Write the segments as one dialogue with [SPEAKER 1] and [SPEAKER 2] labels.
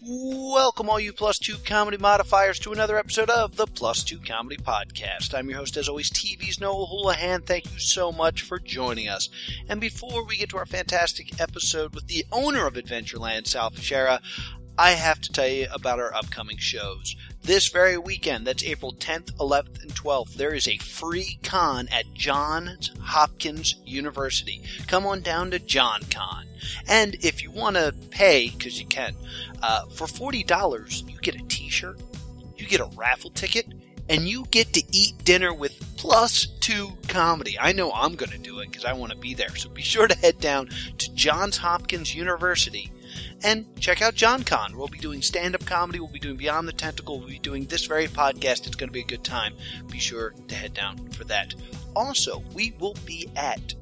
[SPEAKER 1] Welcome, all you plus two comedy modifiers, to another episode of the Plus Two Comedy Podcast. I'm your host, as always, TV's Noah Houlihan. Thank you so much for joining us. And before we get to our fantastic episode with the owner of Adventureland, Sal Fischera, I have to tell you about our upcoming shows. This very weekend, that's April 10th, 11th, and 12th, there is a free con at Johns Hopkins University. Come on down to John Con. And if you want to pay, because you can, uh, for $40, you get a t shirt, you get a raffle ticket, and you get to eat dinner with plus two comedy. I know I'm going to do it because I want to be there. So be sure to head down to Johns Hopkins University and check out John Con. We'll be doing stand up comedy, we'll be doing Beyond the Tentacle, we'll be doing this very podcast. It's going to be a good time. Be sure to head down for that. Also, we will be at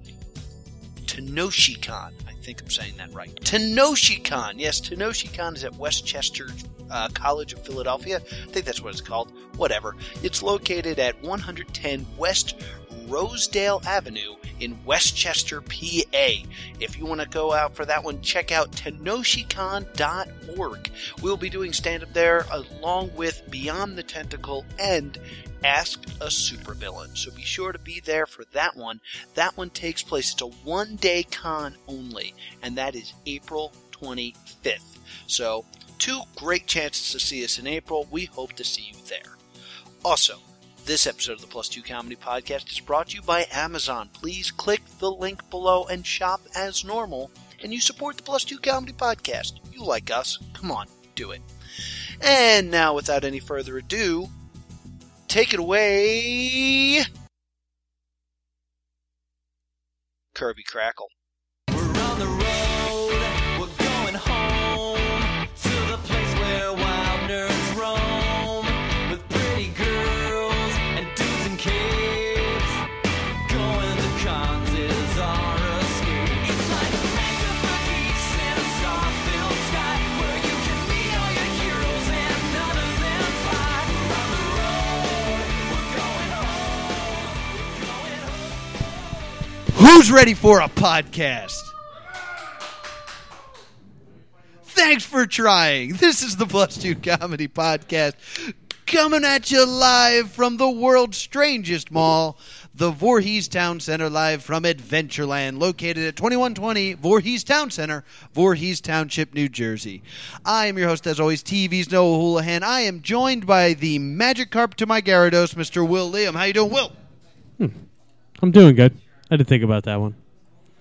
[SPEAKER 1] TenoshiCon. I think I'm saying that right. TenoshiCon. Yes, TenoshiCon is at Westchester uh, College of Philadelphia. I think that's what it's called. Whatever. It's located at 110 West Rosedale Avenue in Westchester, PA. If you want to go out for that one, check out tenoshicon.org. We'll be doing stand up there along with Beyond the Tentacle and Ask a Supervillain. So be sure to be there for that one. That one takes place. It's a one day con only, and that is April 25th. So, two great chances to see us in April. We hope to see you there. Also, this episode of the Plus Two Comedy Podcast is brought to you by Amazon. Please click the link below and shop as normal, and you support the Plus Two Comedy Podcast. You like us. Come on, do it. And now, without any further ado, take it away, Kirby Crackle.
[SPEAKER 2] We're on the road, we're going home to the place where wild nerds roam with pretty girls and dudes in capes. Going to cons is our escape. It's like Africa Geeks and a star-filled sky where you can meet all your heroes and none of them fly. We're on the road, we're going home, we're going home.
[SPEAKER 3] Who's ready for a podcast? Thanks for trying. This is the Plus Two Comedy Podcast coming at you live from the world's strangest mall, the Voorhees Town Center, live from Adventureland, located at 2120 Voorhees Town Center, Voorhees Township, New Jersey. I am your host, as always, TV's Noah Houlihan. I am joined by the magic carp to my Gyarados, Mr. Will Liam. How you doing, Will?
[SPEAKER 4] I'm doing good. I had to think about that one.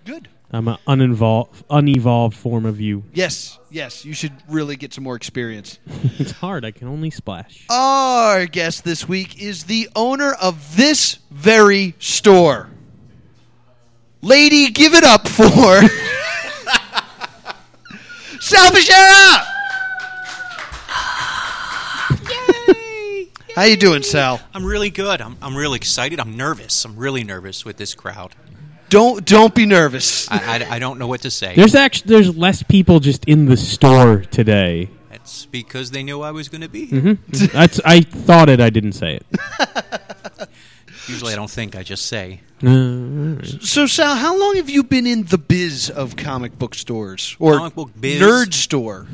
[SPEAKER 3] Good.
[SPEAKER 4] I'm an uninvolved, unevolved form of you.
[SPEAKER 3] Yes, yes, you should really get some more experience. Oh,
[SPEAKER 4] It's hard. I can only splash.
[SPEAKER 3] Our guest this week is the owner of this very store. Lady, give it up for Salvashera! Yay! How you doing, Sal?
[SPEAKER 5] I'm really good. I'm, I'm really excited. I'm nervous. I'm really nervous with this crowd.
[SPEAKER 3] Don't don't be nervous.
[SPEAKER 5] I, I, I don't know what to say.
[SPEAKER 4] There's actually there's less people just in the store today.
[SPEAKER 5] That's because they knew I was going to be. here.
[SPEAKER 4] That's I thought it. I didn't say it.
[SPEAKER 5] Usually I don't think, I just say. Uh,
[SPEAKER 3] So, Sal, how long have you been in the biz of comic book stores or
[SPEAKER 5] Comic book biz?
[SPEAKER 3] nerd store?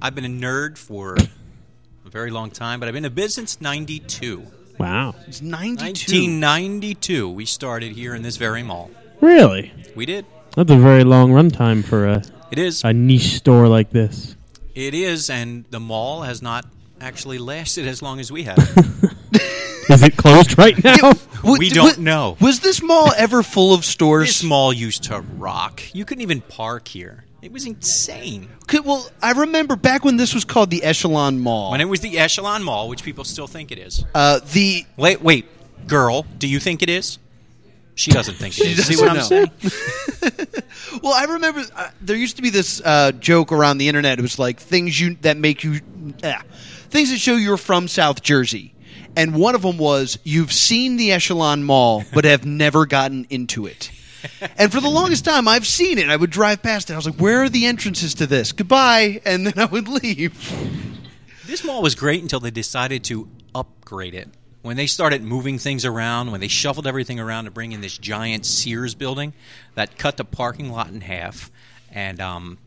[SPEAKER 5] I've been a nerd for a very long time, but I've been a biz since 92.
[SPEAKER 4] Wow.
[SPEAKER 3] It's ninety two.
[SPEAKER 5] 1992, we started here in this very mall.
[SPEAKER 4] Really?
[SPEAKER 5] We did.
[SPEAKER 4] That's a very long run time for a
[SPEAKER 5] It is.
[SPEAKER 4] a niche store like this.
[SPEAKER 5] It is, and the mall has not actually lasted as long as we have.
[SPEAKER 4] Is it closed right now?
[SPEAKER 3] W-
[SPEAKER 5] We
[SPEAKER 3] d-
[SPEAKER 5] don't
[SPEAKER 3] w-
[SPEAKER 5] know.
[SPEAKER 3] Was this mall ever full of stores?
[SPEAKER 5] this mall used to rock. You couldn't even park here. It was insane.
[SPEAKER 3] Could- well, I remember back when this was called the Echelon Mall.
[SPEAKER 5] When it was the Echelon Mall, which people still think it is.
[SPEAKER 3] uh, the
[SPEAKER 5] Wait, wait, girl, do you think it is? She doesn't think it is. See what
[SPEAKER 3] doesn't
[SPEAKER 5] I'm
[SPEAKER 3] know.
[SPEAKER 5] saying?
[SPEAKER 3] well, I remember uh, there used to be this uh, joke around the internet. It was like things you that make you ah, things that show you're from South Jersey, and one of them was you've seen the Echelon Mall but have never gotten into it. And for the longest time, I've seen it. I would drive past it. I was like, "Where are the entrances to this?" Goodbye, and then I would leave.
[SPEAKER 5] This mall was great until they decided to upgrade it. When they started moving things around, when they shuffled everything around to bring in this giant Sears building that cut the parking lot in half, and um,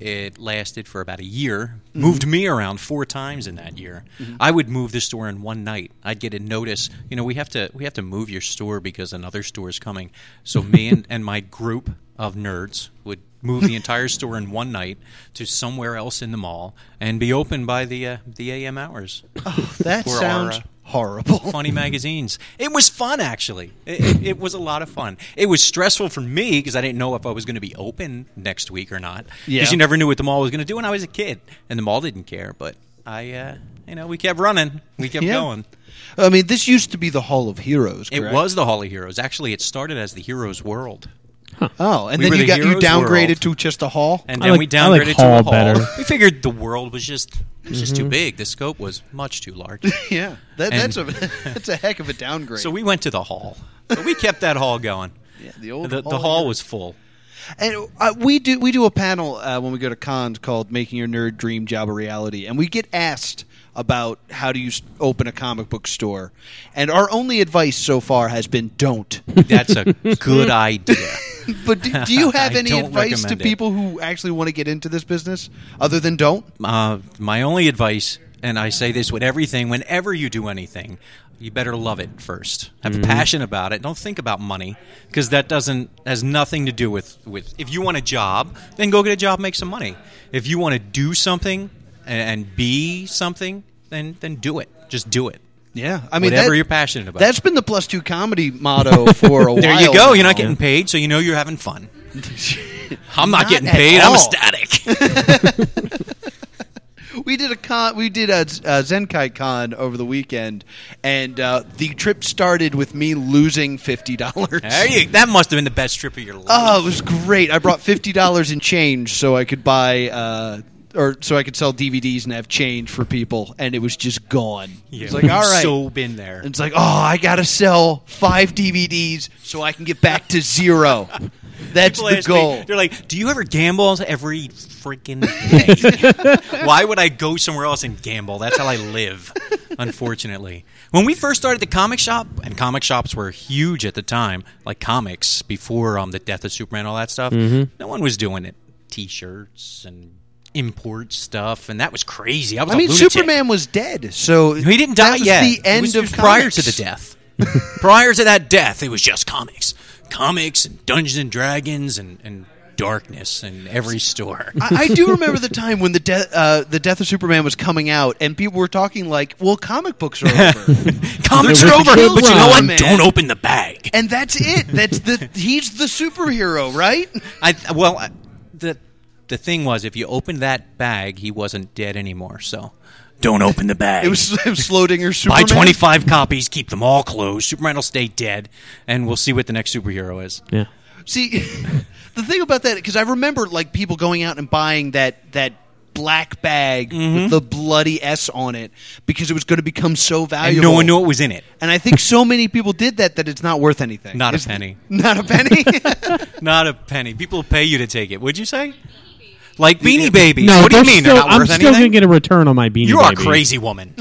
[SPEAKER 5] It lasted for about a year. Moved me around four times in that year. I would move the store in one night. I'd get a notice. You know, we have to we have to move your store because another store is coming. So me and, and my group of nerds would move the entire store in one night to somewhere else in the mall and be open by the uh, the AM hours.
[SPEAKER 3] That
[SPEAKER 5] Poor
[SPEAKER 3] sounds
[SPEAKER 5] Aura.
[SPEAKER 3] horrible.
[SPEAKER 5] funny magazines. It was fun, actually. It, it, it was a lot of fun. It was stressful for me because I didn't know if I was going to be open next week or not. Because
[SPEAKER 3] Yeah.
[SPEAKER 5] you never knew what the mall was going to do when I was a kid, and the mall didn't care. But I, uh, you know, we kept running. We kept
[SPEAKER 3] Yeah.
[SPEAKER 5] going.
[SPEAKER 3] I mean, this used to be the Hall of Heroes.
[SPEAKER 5] It
[SPEAKER 3] correct?
[SPEAKER 5] was the Hall of Heroes. Actually, it started as the Heroes World,
[SPEAKER 3] Oh, and
[SPEAKER 5] We
[SPEAKER 3] then
[SPEAKER 5] were
[SPEAKER 3] you
[SPEAKER 5] the
[SPEAKER 3] got you
[SPEAKER 5] Heroes
[SPEAKER 3] downgraded
[SPEAKER 5] world.
[SPEAKER 3] to just a hall.
[SPEAKER 5] and
[SPEAKER 4] I
[SPEAKER 5] then
[SPEAKER 4] like-
[SPEAKER 5] we
[SPEAKER 4] I like
[SPEAKER 5] downgraded
[SPEAKER 4] Hall
[SPEAKER 5] to a hall.
[SPEAKER 4] better.
[SPEAKER 5] We figured the world was just it was just too big. The scope was much too large.
[SPEAKER 3] yeah, that,
[SPEAKER 5] and-
[SPEAKER 3] that's a that's a heck of a downgrade.
[SPEAKER 5] so we went to the hall, but we kept that hall going.
[SPEAKER 3] Yeah, the old
[SPEAKER 5] the,
[SPEAKER 3] hall.
[SPEAKER 5] hall was full.
[SPEAKER 3] And uh, we do we do a panel uh, when we go to cons called "Making Your Nerd Dream Job a Reality," and we get asked about how do you s- open a comic book store, and our only advice so far has been don't.
[SPEAKER 5] That's a good idea.
[SPEAKER 3] but do, do you have
[SPEAKER 5] I
[SPEAKER 3] any
[SPEAKER 5] don't
[SPEAKER 3] advice to
[SPEAKER 5] recommend it.
[SPEAKER 3] people who actually want to get into this business other than don't?
[SPEAKER 5] uh, my only advice, and I say this with everything, whenever you do anything, you better love it first. Have a passion about it. Don't think about money because that doesn't has nothing to do with with. If you want a job, then go get a job, make some money. If you want to do something and, and be something, then then do it. Just do it.
[SPEAKER 3] Yeah, I mean
[SPEAKER 5] Whatever
[SPEAKER 3] that-
[SPEAKER 5] you're passionate about.
[SPEAKER 3] That's been the plus two comedy motto for a while.
[SPEAKER 5] there you go. You're
[SPEAKER 3] now.
[SPEAKER 5] not getting paid, so you know you're having fun. I'm not,
[SPEAKER 3] Not
[SPEAKER 5] getting
[SPEAKER 3] at
[SPEAKER 5] paid. I'm
[SPEAKER 3] all.
[SPEAKER 5] ecstatic.
[SPEAKER 3] We did a con. We did a, Z- uh Zenkai con over the weekend, and uh, the trip started with me losing fifty dollars.
[SPEAKER 5] There you- that must have been the best trip of your life.
[SPEAKER 3] Oh, it was great. I brought fifty dollars in change so I could buy. Uh, or so I could sell DVDs and have change for people, and it was just gone. It's like, all right.
[SPEAKER 5] so been there.
[SPEAKER 3] And it's like, oh, I gotta sell five DVDs so I can get back to zero. That's
[SPEAKER 5] People
[SPEAKER 3] the
[SPEAKER 5] ask me-
[SPEAKER 3] goal.
[SPEAKER 5] they're like, "Do you ever gamble?" Every freaking day. Why would I go somewhere else and gamble? That's how I live. Unfortunately, when we first started the comic shop, and comic shops were huge at the time, like comics before um, the death of Superman, all that stuff.
[SPEAKER 3] Mm-hmm.
[SPEAKER 5] No one was doing it. T-shirts and import stuff, and that was crazy. I was.
[SPEAKER 3] I
[SPEAKER 5] a
[SPEAKER 3] mean,
[SPEAKER 5] lunatic.
[SPEAKER 3] Superman was dead, so
[SPEAKER 5] He didn't die
[SPEAKER 3] that was
[SPEAKER 5] yet.
[SPEAKER 3] The
[SPEAKER 5] It
[SPEAKER 3] end
[SPEAKER 5] was- it
[SPEAKER 3] of
[SPEAKER 5] was prior
[SPEAKER 3] comics.
[SPEAKER 5] to the death. prior to that death, it was just comics, comics, and Dungeons and Dragons, and, and darkness in every store.
[SPEAKER 3] I, I do remember the time when the de- uh, the death of Superman was coming out, and people were talking like, "Well, comic books are over,"
[SPEAKER 5] comics
[SPEAKER 4] There
[SPEAKER 5] are
[SPEAKER 4] was
[SPEAKER 5] over,
[SPEAKER 4] a good
[SPEAKER 5] but you know what?
[SPEAKER 3] run, man.
[SPEAKER 5] Don't open the bag.
[SPEAKER 3] and that's it. That's the he's the superhero, right?
[SPEAKER 5] I well, I- the the thing was, if you opened that bag, he wasn't dead anymore. So don't open the bag.
[SPEAKER 3] It was, it was Slodinger
[SPEAKER 5] Buy
[SPEAKER 3] Superman.
[SPEAKER 5] 25 copies, keep them all closed. Superman will stay dead, and we'll see what the next superhero is.
[SPEAKER 4] Yeah.
[SPEAKER 3] See, the thing about that because I remember like people going out and buying that that black bag
[SPEAKER 5] Mm-hmm.
[SPEAKER 3] with the bloody S on it because it was going to become so valuable.
[SPEAKER 5] And no one knew what was in it.
[SPEAKER 3] And I think so many people did that that it's not worth anything.
[SPEAKER 5] Not a
[SPEAKER 3] It's-
[SPEAKER 5] penny.
[SPEAKER 3] Not a penny.
[SPEAKER 5] Not a penny. People pay you to take it. Would you say? Like Beanie Babies.
[SPEAKER 4] No,
[SPEAKER 5] what do you
[SPEAKER 4] they're
[SPEAKER 5] mean?
[SPEAKER 4] Still,
[SPEAKER 5] they're not
[SPEAKER 4] I'm
[SPEAKER 5] worth
[SPEAKER 4] still
[SPEAKER 5] anything.
[SPEAKER 4] gonna get a return on my beanie.
[SPEAKER 5] you are a
[SPEAKER 4] Babies.
[SPEAKER 5] crazy woman.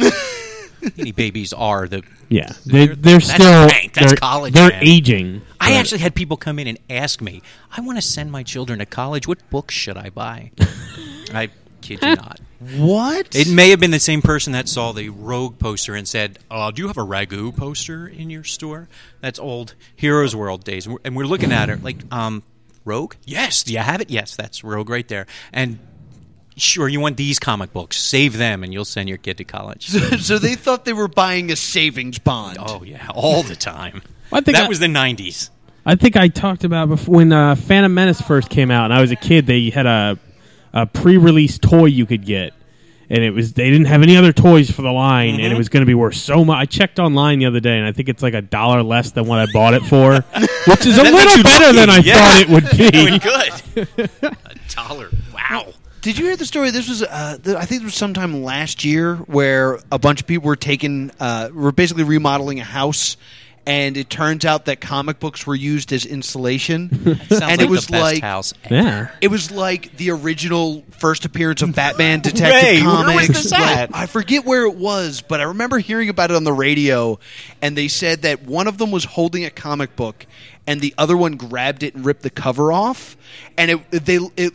[SPEAKER 5] Beanie Babies are the.
[SPEAKER 4] Yeah, they,
[SPEAKER 5] They're-
[SPEAKER 4] they're,
[SPEAKER 5] that's
[SPEAKER 4] still
[SPEAKER 5] bank. That's
[SPEAKER 4] they're,
[SPEAKER 5] college,
[SPEAKER 4] They're
[SPEAKER 5] man.
[SPEAKER 4] aging.
[SPEAKER 5] I
[SPEAKER 4] But
[SPEAKER 5] actually had people come in and ask me, "I want to send my children to college. What books should I buy?" I kid you not.
[SPEAKER 3] what?
[SPEAKER 5] It may have been the same person that saw the Rogue poster and said, "Oh, do you have a Ragu poster in your store?" That's old Heroes World days, and we're, and we're looking at it like, um, "Rogue? Yes. Do you have it? Yes, that's Rogue right there." And sure, you want these comic books? Save them, and you'll send your kid to college.
[SPEAKER 3] so they thought they were buying a savings bond.
[SPEAKER 5] oh yeah, all the time.
[SPEAKER 4] I think
[SPEAKER 5] that
[SPEAKER 4] I-
[SPEAKER 5] was the '90s.
[SPEAKER 4] I think I talked about before when uh, Phantom Menace first came out, and I was a kid. They had a a pre-release toy you could get, and it was they didn't have any other toys for the line, and
[SPEAKER 5] Mm-hmm.
[SPEAKER 4] it was going to be worth so much. I checked online the other day, and I think it's like a dollar less than what I bought it for, which is a
[SPEAKER 5] makes
[SPEAKER 4] little
[SPEAKER 5] you
[SPEAKER 4] better than I
[SPEAKER 5] lucky, yeah.
[SPEAKER 4] thought it would
[SPEAKER 5] Doing
[SPEAKER 4] be.
[SPEAKER 5] good. a dollar. Wow.
[SPEAKER 3] Did you hear the story? This was, uh, th- I think, it was sometime last year where a bunch of people were taking, uh, were basically remodeling a house, and it turns out that comic books were used as insulation,
[SPEAKER 5] Sounds
[SPEAKER 3] and
[SPEAKER 5] like
[SPEAKER 3] it was
[SPEAKER 5] the best
[SPEAKER 3] like
[SPEAKER 5] house.
[SPEAKER 4] yeah,
[SPEAKER 3] it was like the original first appearance of Batman Detective
[SPEAKER 5] way. Where was
[SPEAKER 3] Comics.
[SPEAKER 5] this
[SPEAKER 3] Like,
[SPEAKER 5] at?
[SPEAKER 3] I forget where it was, but I remember hearing about it on the radio, and they said that one of them was holding a comic book, and the other one grabbed it and ripped the cover off, and it they it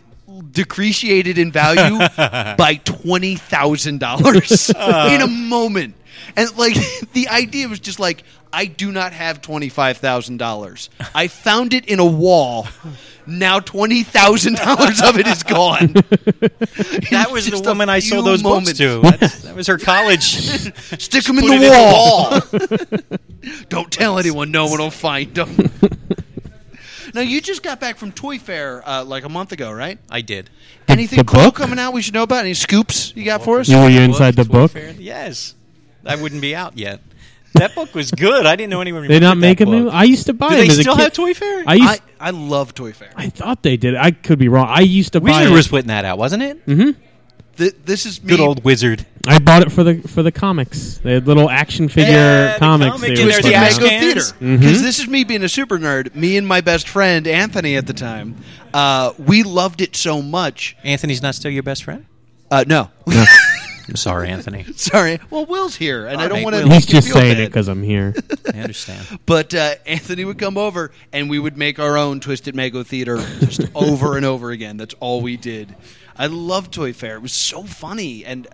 [SPEAKER 3] decreciated in value by twenty thousand dollars in a moment. And like the idea was just like, I do not have twenty five thousand dollars. I found it in a wall. Now twenty thousand dollars of it is gone.
[SPEAKER 5] That was the
[SPEAKER 3] Just a
[SPEAKER 5] woman I
[SPEAKER 3] few
[SPEAKER 5] sold those
[SPEAKER 3] moments.
[SPEAKER 5] books to. That's, that was her college.
[SPEAKER 3] Stick them in
[SPEAKER 5] Put
[SPEAKER 3] the
[SPEAKER 5] it in the
[SPEAKER 3] wall. Don't tell anyone. No one will find them. now you just got back from Toy Fair uh, like a month ago, right?
[SPEAKER 5] I did.
[SPEAKER 3] Anything
[SPEAKER 4] the
[SPEAKER 3] cool
[SPEAKER 4] book?
[SPEAKER 3] coming out we should know about? Any scoops you got for us?
[SPEAKER 4] You were you inside the
[SPEAKER 5] Book, Toy
[SPEAKER 4] book?
[SPEAKER 5] Fair. Yes, I wouldn't be out yet. That book was good. I didn't know anyone.
[SPEAKER 4] They not
[SPEAKER 5] remembered
[SPEAKER 4] make
[SPEAKER 5] that
[SPEAKER 4] them.
[SPEAKER 5] book.
[SPEAKER 4] I used to buy
[SPEAKER 5] Do
[SPEAKER 4] them
[SPEAKER 5] they
[SPEAKER 4] as a
[SPEAKER 5] still
[SPEAKER 4] kid.
[SPEAKER 5] have Toy Fair?
[SPEAKER 4] I used.
[SPEAKER 3] I, I love Toy Fair.
[SPEAKER 4] I, thought they did. I could be wrong. I used to buy.
[SPEAKER 5] Wizard
[SPEAKER 4] it. Mm-hmm.
[SPEAKER 5] was putting that out, wasn't it?
[SPEAKER 3] Th- this is me.
[SPEAKER 5] Good old Wizard.
[SPEAKER 4] I bought it for the for the comics. They had little action figure
[SPEAKER 5] Yeah, the
[SPEAKER 4] comics.
[SPEAKER 5] comic
[SPEAKER 4] they
[SPEAKER 5] and
[SPEAKER 4] were
[SPEAKER 5] there's
[SPEAKER 3] Twisted
[SPEAKER 4] putting
[SPEAKER 5] the
[SPEAKER 4] out.
[SPEAKER 5] Ash
[SPEAKER 3] Mango
[SPEAKER 5] cans.
[SPEAKER 3] Theater. Because
[SPEAKER 4] Mm-hmm.
[SPEAKER 3] this is me being a super nerd. Me and my best friend Anthony at the time, uh, we loved it so much.
[SPEAKER 5] Anthony's not still your best friend.
[SPEAKER 3] Uh, no,
[SPEAKER 5] I'm sorry, Anthony.
[SPEAKER 3] sorry. Well, Will's here, and I don't
[SPEAKER 5] right,
[SPEAKER 3] want to.
[SPEAKER 5] Will.
[SPEAKER 4] He's just saying it because I'm here.
[SPEAKER 5] I understand.
[SPEAKER 3] But uh, Anthony would come over, and we would make our own Twisted Mango Theater just over and over again. That's all we did. I loved Toy Fair. It was so funny, and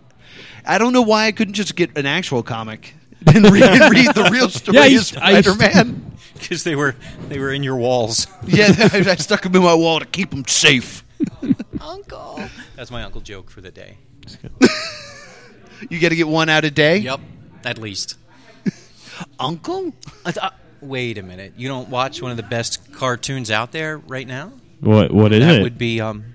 [SPEAKER 3] I don't know why I couldn't just get an actual comic and read, and read the real story
[SPEAKER 4] Yeah, I
[SPEAKER 3] of
[SPEAKER 4] used- I used-
[SPEAKER 3] Spider Man.
[SPEAKER 5] Because they were they were in your walls.
[SPEAKER 3] Yeah, I, I stuck them in my wall to keep them safe.
[SPEAKER 5] That's my uncle joke for the day.
[SPEAKER 3] You got to get one out a day,
[SPEAKER 5] Yep, at least.
[SPEAKER 3] Uncle.
[SPEAKER 5] I th- uh, wait a minute. You don't watch one of the best cartoons out there right now?
[SPEAKER 4] What what is
[SPEAKER 5] that
[SPEAKER 4] it?
[SPEAKER 5] would be um,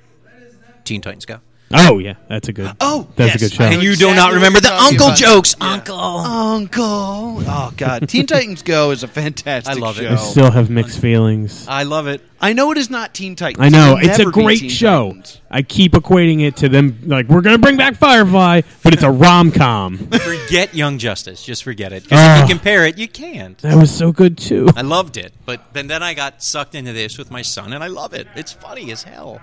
[SPEAKER 5] Teen Titans Go.
[SPEAKER 4] oh yeah, that's a good.
[SPEAKER 3] Oh,
[SPEAKER 4] that's
[SPEAKER 3] yes,
[SPEAKER 4] a good show.
[SPEAKER 3] I
[SPEAKER 5] And you
[SPEAKER 3] exactly
[SPEAKER 5] do not
[SPEAKER 3] what
[SPEAKER 5] remember
[SPEAKER 3] you're
[SPEAKER 5] the
[SPEAKER 3] talking
[SPEAKER 5] uncle
[SPEAKER 3] about.
[SPEAKER 5] jokes, uncle.
[SPEAKER 3] Uncle. Oh God, Teen Titans Go is a fantastic.
[SPEAKER 5] I love it.
[SPEAKER 3] show.
[SPEAKER 4] I still have mixed feelings.
[SPEAKER 5] I love it.
[SPEAKER 3] I know it is not Teen Titans.
[SPEAKER 4] I know
[SPEAKER 3] It will
[SPEAKER 4] it's a
[SPEAKER 3] never be Teen
[SPEAKER 4] great show.
[SPEAKER 3] Titans.
[SPEAKER 4] I keep equating it to them like we're gonna bring back Firefly, but it's a rom com.
[SPEAKER 5] Forget Young Justice. Just forget it. 'Cause if
[SPEAKER 4] Ugh.
[SPEAKER 5] you compare it, you can't.
[SPEAKER 4] Ah. that was so good too.
[SPEAKER 5] I loved it, but then then I got sucked into this with my son, and I love it. It's funny as hell.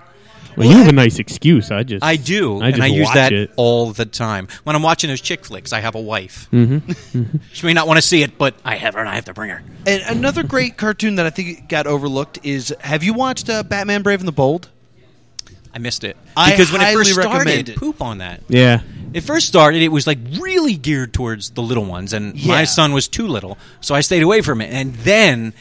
[SPEAKER 4] Well, you have a nice excuse. I just
[SPEAKER 5] I do,
[SPEAKER 4] I
[SPEAKER 5] and
[SPEAKER 4] just
[SPEAKER 5] I use
[SPEAKER 4] watch
[SPEAKER 5] that
[SPEAKER 4] it.
[SPEAKER 5] all the time. When I'm watching those chick flicks, I have a wife. Mm-hmm. she may not want to see it, but I have her, and I have to bring her.
[SPEAKER 3] And another great cartoon that I think got overlooked is Have you watched uh, Batman Brave and the Bold?
[SPEAKER 5] I missed it
[SPEAKER 3] I
[SPEAKER 5] because when it first
[SPEAKER 3] highly recommend
[SPEAKER 5] started,
[SPEAKER 3] it.
[SPEAKER 5] poop on that.
[SPEAKER 4] Yeah.
[SPEAKER 5] It first started, it was like really geared towards the little ones, and
[SPEAKER 3] Yeah.
[SPEAKER 5] my son was too little, so I stayed away from it. And then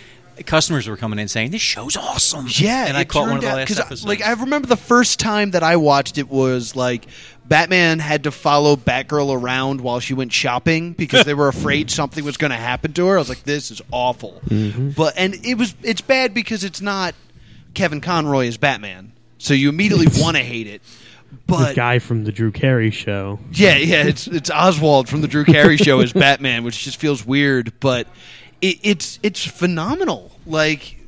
[SPEAKER 5] customers were coming in saying, "This show's awesome!"
[SPEAKER 3] Yeah,
[SPEAKER 5] and I
[SPEAKER 3] it
[SPEAKER 5] caught one of
[SPEAKER 3] turned
[SPEAKER 5] the
[SPEAKER 3] out-
[SPEAKER 5] last
[SPEAKER 3] 'cause I-
[SPEAKER 5] episodes.
[SPEAKER 3] Like I remember the first time that I watched it was like Batman had to follow Batgirl around while she went shopping because they were afraid something was going to happen to her. I was like, this is awful.
[SPEAKER 5] Mm-hmm.
[SPEAKER 3] But and it was it's bad because it's not Kevin Conroy as Batman, so you immediately want to hate it.
[SPEAKER 4] The
[SPEAKER 3] But
[SPEAKER 4] guy from the Drew Carey show.
[SPEAKER 3] Yeah, yeah, it's it's Oswald from the Drew Carey show as Batman, which just feels weird, but it, it's it's phenomenal. Like,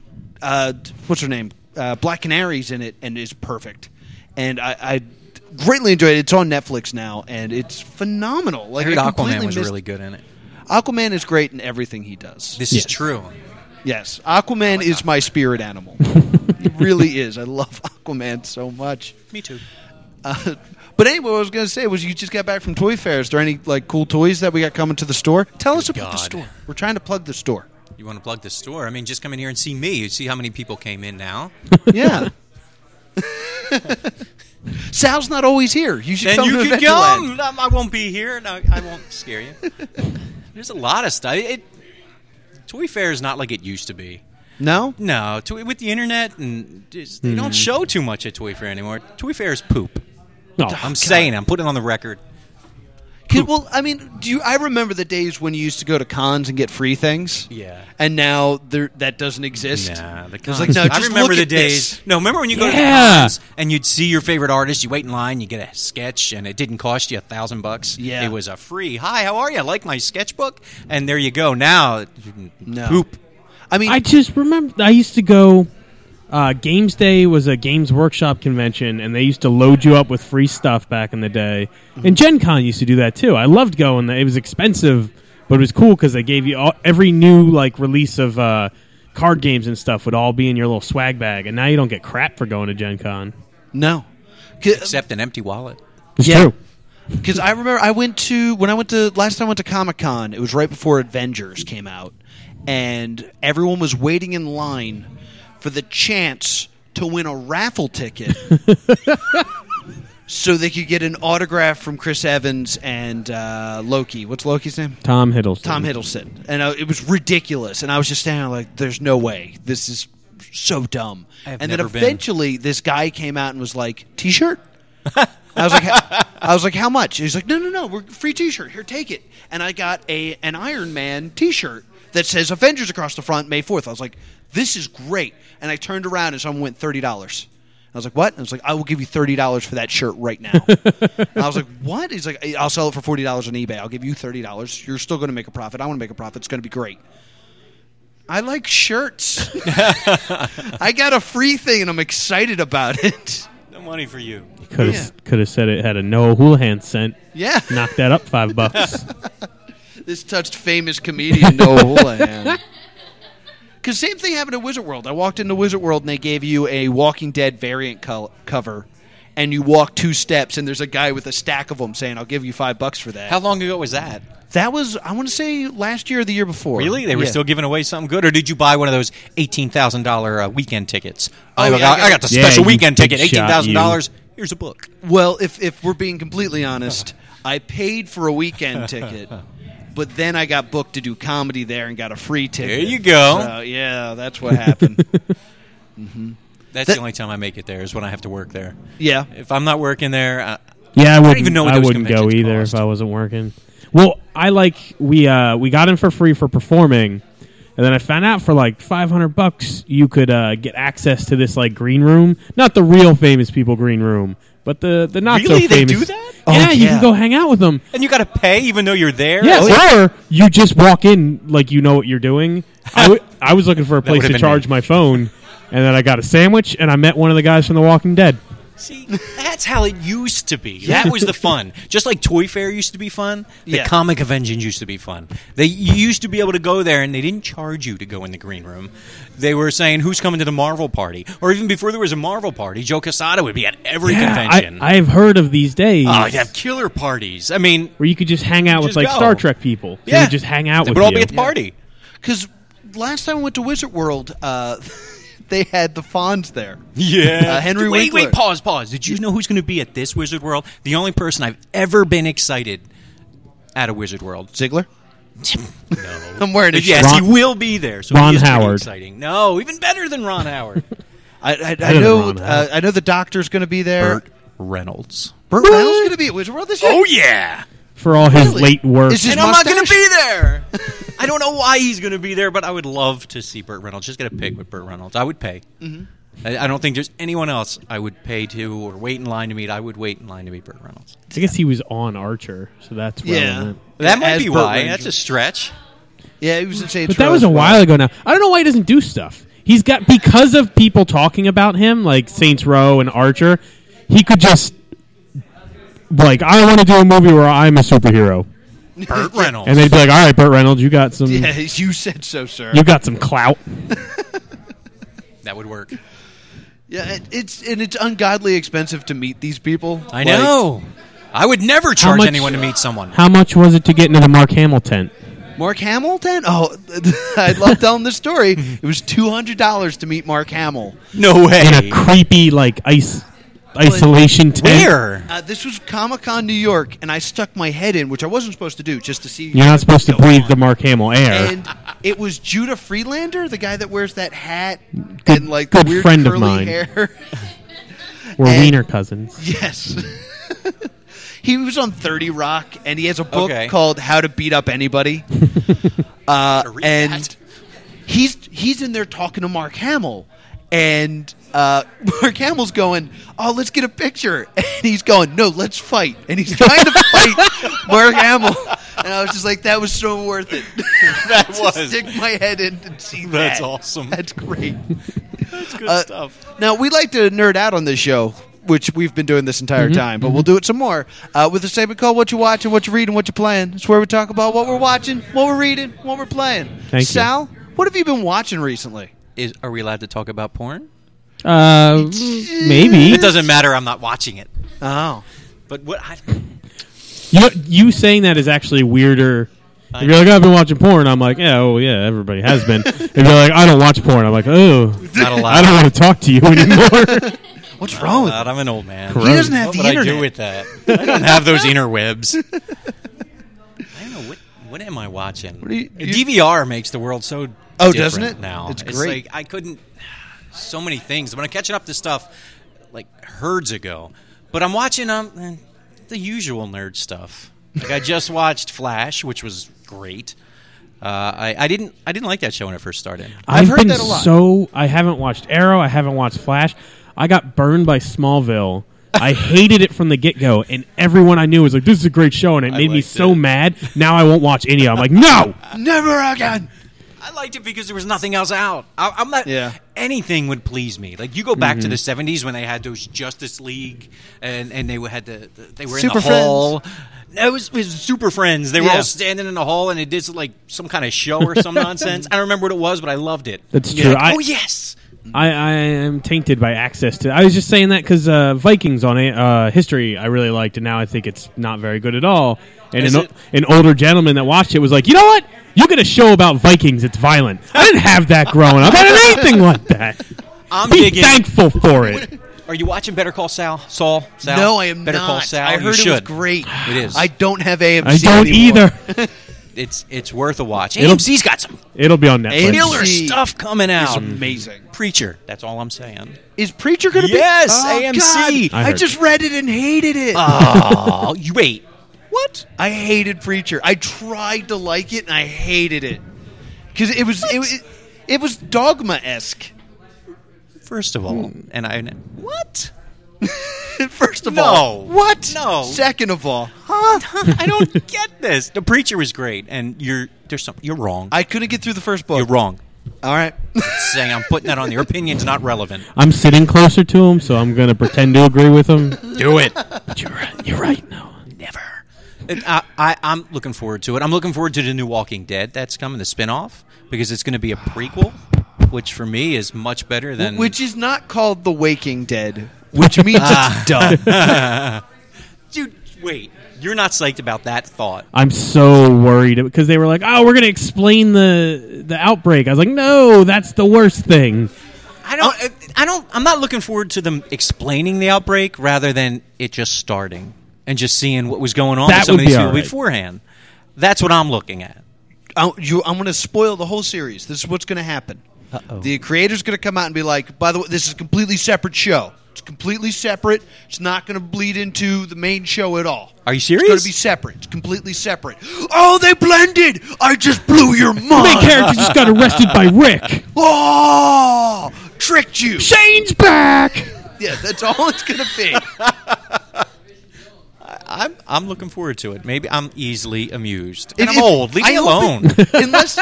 [SPEAKER 3] uh, what's her name? Uh, Black Canary's in it and is perfect, and I, I greatly enjoyed it. It's on Netflix now, and it's phenomenal.
[SPEAKER 5] I
[SPEAKER 3] Like,
[SPEAKER 5] heard
[SPEAKER 3] I
[SPEAKER 5] Aquaman
[SPEAKER 3] completely
[SPEAKER 5] was
[SPEAKER 3] missed-
[SPEAKER 5] really good in it.
[SPEAKER 3] Aquaman is great in everything he does.
[SPEAKER 5] This Oh is
[SPEAKER 4] Yes.
[SPEAKER 5] true.
[SPEAKER 3] Yes, Aquaman is my spirit animal. it really is. I love Aquaman so much.
[SPEAKER 5] Me too.
[SPEAKER 3] Uh, but anyway, what I was going to say was you just got back from Toy Fair. Is there any like cool toys that we got coming to the store? Tell us about the
[SPEAKER 5] God.
[SPEAKER 3] store. We're trying to plug the store.
[SPEAKER 5] You want to plug the store? I mean, just come in here and see me. You see how many people came in now.
[SPEAKER 3] Yeah. Sal's not always here. You should
[SPEAKER 5] then
[SPEAKER 3] come
[SPEAKER 5] you
[SPEAKER 3] to
[SPEAKER 5] can
[SPEAKER 3] Adventureland.
[SPEAKER 5] go. Um, I won't be here, and I, I won't scare you. There's a lot of stuff. It, Toy Fair is not like it used to be.
[SPEAKER 3] No,
[SPEAKER 5] No, toy, with the internet and just, they don't show too much at Toy Fair anymore. Toy Fair is poop.
[SPEAKER 4] No.
[SPEAKER 5] I'm saying, I'm putting it on the record.
[SPEAKER 3] Kid, well, I mean, do you, I remember the days when you used to go to cons and get free things?
[SPEAKER 5] Yeah.
[SPEAKER 3] and now there that doesn't exist.
[SPEAKER 5] Nah, the
[SPEAKER 3] It was
[SPEAKER 5] cons.
[SPEAKER 3] like, no,
[SPEAKER 5] I
[SPEAKER 3] just
[SPEAKER 5] remember
[SPEAKER 3] look
[SPEAKER 5] the
[SPEAKER 3] at this.
[SPEAKER 5] days. No, remember when you go to
[SPEAKER 4] Yeah.
[SPEAKER 5] the cons and you'd see your favorite artist, you wait in line, you get a sketch, and it didn't cost you a thousand bucks.
[SPEAKER 3] Yeah.
[SPEAKER 5] it was a free. Hi, how are you? Like my sketchbook, and there you go. Now,
[SPEAKER 3] No.
[SPEAKER 5] poop.
[SPEAKER 3] I mean,
[SPEAKER 4] I just remember I used to go. Uh, games Day was a Games Workshop convention, and they used to load you up with free stuff back in the day. And Gen Con used to do that too. I loved going. there. It was expensive, but it was cool because they gave you all, every new like release of uh, card games and stuff would all be in your little swag bag. And now you don't get crap for going to Gen Con.
[SPEAKER 3] no. 'Cause-
[SPEAKER 5] Except an empty wallet.
[SPEAKER 4] It's
[SPEAKER 3] Yeah.
[SPEAKER 4] true.
[SPEAKER 3] Because I remember I went to when I went to last time I went to Comic Con. It was right before Avengers came out, and everyone was waiting in line for the chance to win a raffle ticket so they could get an autograph from Chris Evans and uh, Loki. What's Loki's name?
[SPEAKER 4] Tom Hiddleston.
[SPEAKER 3] Tom Hiddleston. And uh, it was ridiculous. And I was just standing there like, there's no way. This is so dumb.
[SPEAKER 5] I have
[SPEAKER 3] And then
[SPEAKER 5] never been.
[SPEAKER 3] eventually this guy came out and was like, t shirt? I was like, I was like, how much? He's like, no, no, no, we're free T-shirt. Here, take it. And I got a an Iron Man T-shirt that says Avengers across the front, May fourth. I was like, this is great. And I turned around and someone went thirty dollars. I was like, what? And I was like, I will give you thirty dollars for that shirt right now. And I was like, what? He's like, I'll sell it for forty dollars on eBay. I'll give you thirty dollars. You're still going to make a profit. I want to make a profit. It's going to be great. I like shirts. I got a free thing and I'm excited about it.
[SPEAKER 5] No money for you.
[SPEAKER 4] Could have
[SPEAKER 3] Yeah.
[SPEAKER 4] could have said it had a Noah Hulahan scent.
[SPEAKER 3] Yeah.
[SPEAKER 4] Knock that up five bucks.
[SPEAKER 3] This touched famous comedian Noah Hulahan. Because same thing happened at Wizard World. I walked into Wizard World and they gave you a Walking Dead variant col- cover, and you walk two steps and there's a guy with a stack of them saying, "I'll give you five bucks for that."
[SPEAKER 5] How long ago was that?
[SPEAKER 3] that was I want to say last year or the year before.
[SPEAKER 5] Really? They were
[SPEAKER 3] Yeah.
[SPEAKER 5] still giving away something good, or did you buy one of those eighteen thousand dollar uh, weekend tickets? I,
[SPEAKER 3] yeah, I
[SPEAKER 5] got,
[SPEAKER 3] got-
[SPEAKER 5] I got the
[SPEAKER 4] Yeah,
[SPEAKER 5] special
[SPEAKER 4] you
[SPEAKER 5] weekend
[SPEAKER 4] big
[SPEAKER 5] ticket,
[SPEAKER 4] shot,
[SPEAKER 5] eighteen thousand dollars. Here's a book.
[SPEAKER 3] Well, if if we're being completely honest, I paid for a weekend ticket, but then I got booked to do comedy there and got a free ticket.
[SPEAKER 5] you go.
[SPEAKER 3] So, yeah, that's what happened. That-
[SPEAKER 5] That's the only time I make it there is when I have to work there.
[SPEAKER 3] yeah.
[SPEAKER 5] If I'm not working there, uh, I,
[SPEAKER 4] Yeah, I wouldn't
[SPEAKER 5] even know what
[SPEAKER 4] I
[SPEAKER 5] those
[SPEAKER 4] wouldn't go
[SPEAKER 5] conventions
[SPEAKER 4] either
[SPEAKER 5] cost.
[SPEAKER 4] if I wasn't working. Well, I like we uh we got him for free for performing, and then I found out for like five hundred bucks you could uh, get access to this like green room, not the real famous people green room, but the the not
[SPEAKER 5] Really?
[SPEAKER 4] so
[SPEAKER 5] They
[SPEAKER 4] famous.
[SPEAKER 5] do that?
[SPEAKER 4] Yeah,
[SPEAKER 3] Oh,
[SPEAKER 4] you can
[SPEAKER 3] yeah.
[SPEAKER 4] go hang out with them.
[SPEAKER 5] and you got to pay even though you're there.
[SPEAKER 4] Yeah,
[SPEAKER 5] Oh,
[SPEAKER 4] or you just walk in like you know what you're doing. I w- I was looking for a place
[SPEAKER 5] would've
[SPEAKER 4] to
[SPEAKER 5] been
[SPEAKER 4] charge
[SPEAKER 5] me.
[SPEAKER 4] my phone, and then I got a sandwich and I met one of the guys from The Walking Dead.
[SPEAKER 5] See, that's how it used to be. That was the fun. Just like Toy Fair used to be fun, the
[SPEAKER 3] Yeah.
[SPEAKER 5] comic conventions used to be fun. They you used to be able to go there, and they didn't charge you to go in the green room. They were saying who's coming to the Marvel party, or even before there was a Marvel party, Joe Casada would be at every
[SPEAKER 4] I,
[SPEAKER 5] convention.
[SPEAKER 4] I've heard of these days.
[SPEAKER 5] oh, you'd have killer parties. I mean,
[SPEAKER 4] where you could just hang out with
[SPEAKER 5] just
[SPEAKER 4] like
[SPEAKER 5] go.
[SPEAKER 4] Star Trek people. They
[SPEAKER 5] yeah,
[SPEAKER 4] would just hang out
[SPEAKER 5] They
[SPEAKER 4] with
[SPEAKER 5] would all
[SPEAKER 4] you.
[SPEAKER 5] be at the party.
[SPEAKER 3] Because last time I went to Wizard World, uh, they had the Fonz there.
[SPEAKER 5] Yeah,
[SPEAKER 3] Uh, Henry
[SPEAKER 5] Wait,
[SPEAKER 3] Winkler.
[SPEAKER 5] wait, pause, pause. Did you know who's going to be at this Wizard World? The only person I've ever been excited at a Wizard World.
[SPEAKER 3] Ziggler?
[SPEAKER 5] No.
[SPEAKER 3] I'm wearing a
[SPEAKER 5] But yes,
[SPEAKER 3] shirt.
[SPEAKER 5] he will be there. So
[SPEAKER 4] Ron
[SPEAKER 5] he is pretty
[SPEAKER 4] Howard.
[SPEAKER 5] Exciting. No, even better than Ron Howard.
[SPEAKER 3] I, I, I
[SPEAKER 4] than
[SPEAKER 3] know.
[SPEAKER 4] Ron
[SPEAKER 3] Uh,
[SPEAKER 4] Howard.
[SPEAKER 3] I know the Doctor's going to be there.
[SPEAKER 5] Burt Reynolds.
[SPEAKER 3] Burt Reynolds going to be at Wizard World this year.
[SPEAKER 5] Oh yeah,
[SPEAKER 4] for all his
[SPEAKER 3] Really?
[SPEAKER 4] late work.
[SPEAKER 3] Is this- His
[SPEAKER 5] and I'm not going
[SPEAKER 3] mustache?
[SPEAKER 5] to be there. I don't know why he's going to be there, but I would love to see Burt Reynolds. Just get a pic with Burt Reynolds. I would pay. I, I don't think there's anyone else I would pay to or wait in line to meet. I would wait in line to meet Burt Reynolds.
[SPEAKER 4] I guess he was on Archer, so that's
[SPEAKER 3] Yeah.
[SPEAKER 4] relevant.
[SPEAKER 5] That might
[SPEAKER 3] As
[SPEAKER 5] be
[SPEAKER 3] Burt
[SPEAKER 5] why.
[SPEAKER 3] Reynolds.
[SPEAKER 5] That's a stretch.
[SPEAKER 3] Yeah, he was in Saints
[SPEAKER 4] But that was a while ago now. I don't know why he doesn't do stuff. He's got because of people talking about him, like Saints Row and Archer. He could just like I want to do a movie where I'm a superhero,
[SPEAKER 5] Burt Reynolds.
[SPEAKER 4] and they'd be like, "All right, Burt Reynolds, you got some,
[SPEAKER 3] Yeah, you said so, sir.
[SPEAKER 4] you got some clout."
[SPEAKER 5] that would work.
[SPEAKER 3] Yeah, it, it's and it's ungodly expensive to meet these people.
[SPEAKER 5] I know. I would never charge
[SPEAKER 4] much-
[SPEAKER 5] anyone to meet someone.
[SPEAKER 4] How much was it to get into the Mark Hamill tent?
[SPEAKER 3] Like, Mark Hamilton. Oh, I love telling this story. It was two hundred dollars to meet Mark Hamill.
[SPEAKER 5] No way.
[SPEAKER 4] In a creepy like ice isolation tent.
[SPEAKER 5] Where?
[SPEAKER 3] Uh, this was Comic Con New York, and I stuck my head in, which I wasn't supposed to do, just to see.
[SPEAKER 4] You're not supposed to breathe the Mark Hamill air.
[SPEAKER 3] and it was Judah Freelander, the guy that wears that hat and like the
[SPEAKER 4] good
[SPEAKER 3] weird
[SPEAKER 4] friend of
[SPEAKER 3] curly
[SPEAKER 4] mine.
[SPEAKER 3] hair.
[SPEAKER 4] We're
[SPEAKER 3] and-
[SPEAKER 4] wiener cousins.
[SPEAKER 3] yes. he was on 30 Rock and he has a book
[SPEAKER 5] Okay.
[SPEAKER 3] called How to Beat Up Anybody. uh,
[SPEAKER 5] read
[SPEAKER 3] and
[SPEAKER 5] that.
[SPEAKER 3] he's he's in there talking to Mark Hamill and uh, Mark Hamill's going, "Oh, let's get a picture." And he's going, "No, let's fight." And he's trying to fight Mark Hamill. And I was just like, "That was so worth it."
[SPEAKER 5] that
[SPEAKER 3] to
[SPEAKER 5] was.
[SPEAKER 3] stick my head in and see
[SPEAKER 5] That's
[SPEAKER 3] that.
[SPEAKER 5] awesome.
[SPEAKER 3] That's great.
[SPEAKER 5] good
[SPEAKER 3] Uh,
[SPEAKER 5] stuff.
[SPEAKER 3] Now we like to nerd out on this show, which we've been doing this
[SPEAKER 4] Mm-hmm.
[SPEAKER 3] entire time, but we'll do it some more uh, with a segment called "What You Watching, What You Reading, What You Playing." It's where we talk about what we're watching, what we're reading, what we're playing.
[SPEAKER 4] Thank you.
[SPEAKER 3] Sal, what have you been watching recently?
[SPEAKER 5] Is, are we allowed to talk about porn?
[SPEAKER 4] Uh, maybe.
[SPEAKER 5] It doesn't matter. I'm not watching it.
[SPEAKER 3] Oh,
[SPEAKER 5] But what? I,
[SPEAKER 4] You, you saying that is actually weirder If you're like, "Oh, I've been watching porn, I'm like, yeah, oh yeah, everybody has been. if you're like, I don't watch porn, I'm like, oh,
[SPEAKER 5] Not allowed.
[SPEAKER 4] I don't want to talk to you anymore.
[SPEAKER 3] What's wrong with
[SPEAKER 5] God, I'm an old man.
[SPEAKER 3] He doesn't have
[SPEAKER 5] what
[SPEAKER 3] the
[SPEAKER 5] would I do
[SPEAKER 3] internet.
[SPEAKER 5] with that? I don't have those interwebs. I don't know what. What am I watching?
[SPEAKER 3] do you-
[SPEAKER 5] A
[SPEAKER 3] you-
[SPEAKER 5] DVR makes the world so.
[SPEAKER 3] Oh,
[SPEAKER 5] different
[SPEAKER 3] doesn't it?
[SPEAKER 5] Now
[SPEAKER 3] It's great.
[SPEAKER 5] like I couldn't. So many things. When I'm catching up to stuff, like herds ago, but I'm watching um eh, the usual nerd stuff. Like I just watched Flash, which was great. Uh, I, I didn't. I didn't like that show when it first started.
[SPEAKER 3] I've heard
[SPEAKER 4] been
[SPEAKER 3] that a lot.
[SPEAKER 4] so I haven't watched Arrow, I haven't watched Flash. I got burned by Smallville. I hated it from the get go, and everyone I knew was like, "This is a great show," and it made me
[SPEAKER 5] liked
[SPEAKER 4] so
[SPEAKER 5] it.
[SPEAKER 4] mad. Now I won't watch any. of it. I'm like, no.
[SPEAKER 3] Never again.
[SPEAKER 5] I liked it because there was nothing else out. I, I'm not.
[SPEAKER 3] Yeah. Mm-hmm.
[SPEAKER 5] Anything would please me. Like you go back to the '70s when they had those Justice League, and and they had the they were
[SPEAKER 3] Super
[SPEAKER 5] in the
[SPEAKER 3] Friends.
[SPEAKER 5] hall. It was, it was Super Friends. They were
[SPEAKER 3] Yeah.
[SPEAKER 5] all standing in the hall, and it did like some kind of show or some nonsense. I don't remember what it was, but I loved it.
[SPEAKER 4] That's
[SPEAKER 5] You're
[SPEAKER 4] true.
[SPEAKER 5] like,
[SPEAKER 4] I-
[SPEAKER 5] oh yes,
[SPEAKER 4] I, I am tainted by access to. I was just saying that because uh, Vikings on it, uh, history I really liked, and now I think it's not very good at all. And
[SPEAKER 5] Is
[SPEAKER 4] an, o-
[SPEAKER 5] it?
[SPEAKER 4] an older gentleman that watched it was like, you know what? You get a show about Vikings. It's violent. I didn't have that growing up. I didn't have anything like that.
[SPEAKER 5] I'm
[SPEAKER 4] Be
[SPEAKER 5] digging.
[SPEAKER 4] thankful for it.
[SPEAKER 5] Are you watching Better Call Sal? Saul? Sal?
[SPEAKER 3] No, I am
[SPEAKER 5] Better
[SPEAKER 3] not.
[SPEAKER 5] Call Sal.
[SPEAKER 3] I
[SPEAKER 5] You
[SPEAKER 3] heard it
[SPEAKER 5] should.
[SPEAKER 3] was great.
[SPEAKER 5] It is.
[SPEAKER 3] I don't have AMC.
[SPEAKER 4] I don't
[SPEAKER 3] anymore.
[SPEAKER 4] either.
[SPEAKER 5] It's it's worth a watch.
[SPEAKER 4] It'll-
[SPEAKER 5] AMC's got some
[SPEAKER 4] It'll be on Netflix.
[SPEAKER 3] It'll-
[SPEAKER 5] killer
[SPEAKER 3] AMC
[SPEAKER 5] stuff coming
[SPEAKER 3] It's
[SPEAKER 5] out.
[SPEAKER 3] amazing.
[SPEAKER 5] Preacher. That's all I'm saying.
[SPEAKER 3] Is Preacher going to
[SPEAKER 5] Yes,
[SPEAKER 3] be? Oh,
[SPEAKER 5] AMC.
[SPEAKER 3] God.
[SPEAKER 4] I
[SPEAKER 3] I,
[SPEAKER 4] heard.
[SPEAKER 3] just read it and hated it.
[SPEAKER 5] Oh, you wait. What?
[SPEAKER 3] I hated Preacher. I tried to like it and I hated it because it was it, was- it was dogma esque.
[SPEAKER 5] First of all,
[SPEAKER 3] Hmm.
[SPEAKER 5] and I what?
[SPEAKER 3] First of
[SPEAKER 5] No.
[SPEAKER 3] all, what?
[SPEAKER 5] No.
[SPEAKER 3] Second of all,
[SPEAKER 5] I don't get this. The preacher was great, and you're there's some you're wrong.
[SPEAKER 3] I couldn't get through the first book.
[SPEAKER 5] you're wrong.
[SPEAKER 3] All right.
[SPEAKER 5] Saying I'm putting that on your opinion's not relevant.
[SPEAKER 4] I'm sitting closer to him, so I'm going to pretend to agree with him.
[SPEAKER 5] Do it.
[SPEAKER 4] But you're right. You're right. No.
[SPEAKER 5] Never. And I, I, I'm looking forward to it. I'm looking forward to the new Walking Dead that's coming, the spinoff, because it's going to be a prequel, which for me is much better than
[SPEAKER 3] which is not called The Waking Dead, which means
[SPEAKER 5] Ah.
[SPEAKER 3] it's done.
[SPEAKER 5] Dude, wait, you're not psyched about that thought.
[SPEAKER 4] I'm so worried because they were like, "Oh, we're going to explain the the outbreak." I was like, "No, that's the worst thing."
[SPEAKER 5] I don't. I don't. I'm not looking forward to them explaining the outbreak rather than it just starting and just seeing what was going on
[SPEAKER 4] That
[SPEAKER 5] with some
[SPEAKER 4] would
[SPEAKER 5] of these
[SPEAKER 4] be
[SPEAKER 5] people
[SPEAKER 4] alright.
[SPEAKER 5] beforehand. That's what I'm looking at.
[SPEAKER 3] I, you, I'm going to spoil the whole series. This is what's going to happen.
[SPEAKER 5] Uh-oh.
[SPEAKER 3] The creator's going to come out and be like, by the way, this is a completely separate show. It's completely separate. It's not going to bleed into the main show at all.
[SPEAKER 5] Are you
[SPEAKER 3] It's going
[SPEAKER 5] serious?
[SPEAKER 3] to be separate. It's completely separate. Oh, they blended! I just blew your
[SPEAKER 4] Main
[SPEAKER 3] mind!
[SPEAKER 4] character just got arrested by Rick.
[SPEAKER 3] Oh! Tricked you!
[SPEAKER 4] Shane's back.
[SPEAKER 3] Yeah, that's all it's going to be.
[SPEAKER 5] I'm. I'm looking forward to it. Maybe I'm easily amused.
[SPEAKER 3] If-
[SPEAKER 5] And I'm
[SPEAKER 3] if-
[SPEAKER 5] old. Leave
[SPEAKER 3] I
[SPEAKER 5] me
[SPEAKER 3] hope
[SPEAKER 5] alone.
[SPEAKER 3] it- unless,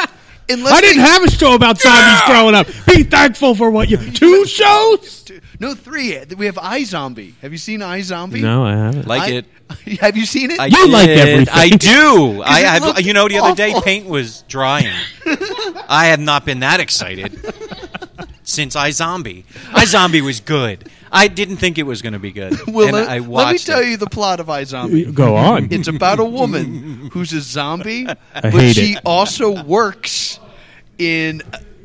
[SPEAKER 3] unless
[SPEAKER 4] I didn't
[SPEAKER 3] they-
[SPEAKER 4] have a show about zombies growing up. Be thankful for what you. Two shows?
[SPEAKER 3] No, three. We have I Zombie. Have you seen I Zombie?
[SPEAKER 4] No, I haven't.
[SPEAKER 5] like
[SPEAKER 3] I-
[SPEAKER 5] it.
[SPEAKER 3] Have you seen it?
[SPEAKER 5] I
[SPEAKER 4] You like
[SPEAKER 5] did.
[SPEAKER 4] everything.
[SPEAKER 5] I do. I
[SPEAKER 3] it
[SPEAKER 5] have.
[SPEAKER 3] looked
[SPEAKER 5] You know, the other day
[SPEAKER 3] awful.
[SPEAKER 5] paint was drying. I have not been that excited since I Zombie. I Zombie was good. I didn't think it was going to be good,
[SPEAKER 3] Well,
[SPEAKER 5] and
[SPEAKER 3] let,
[SPEAKER 5] I
[SPEAKER 3] let me
[SPEAKER 5] watched.
[SPEAKER 3] tell
[SPEAKER 5] it.
[SPEAKER 3] you the plot of I Zombie.
[SPEAKER 4] Go on.
[SPEAKER 3] It's about a woman who's a zombie, but
[SPEAKER 4] hate
[SPEAKER 3] she
[SPEAKER 4] it.
[SPEAKER 3] also works in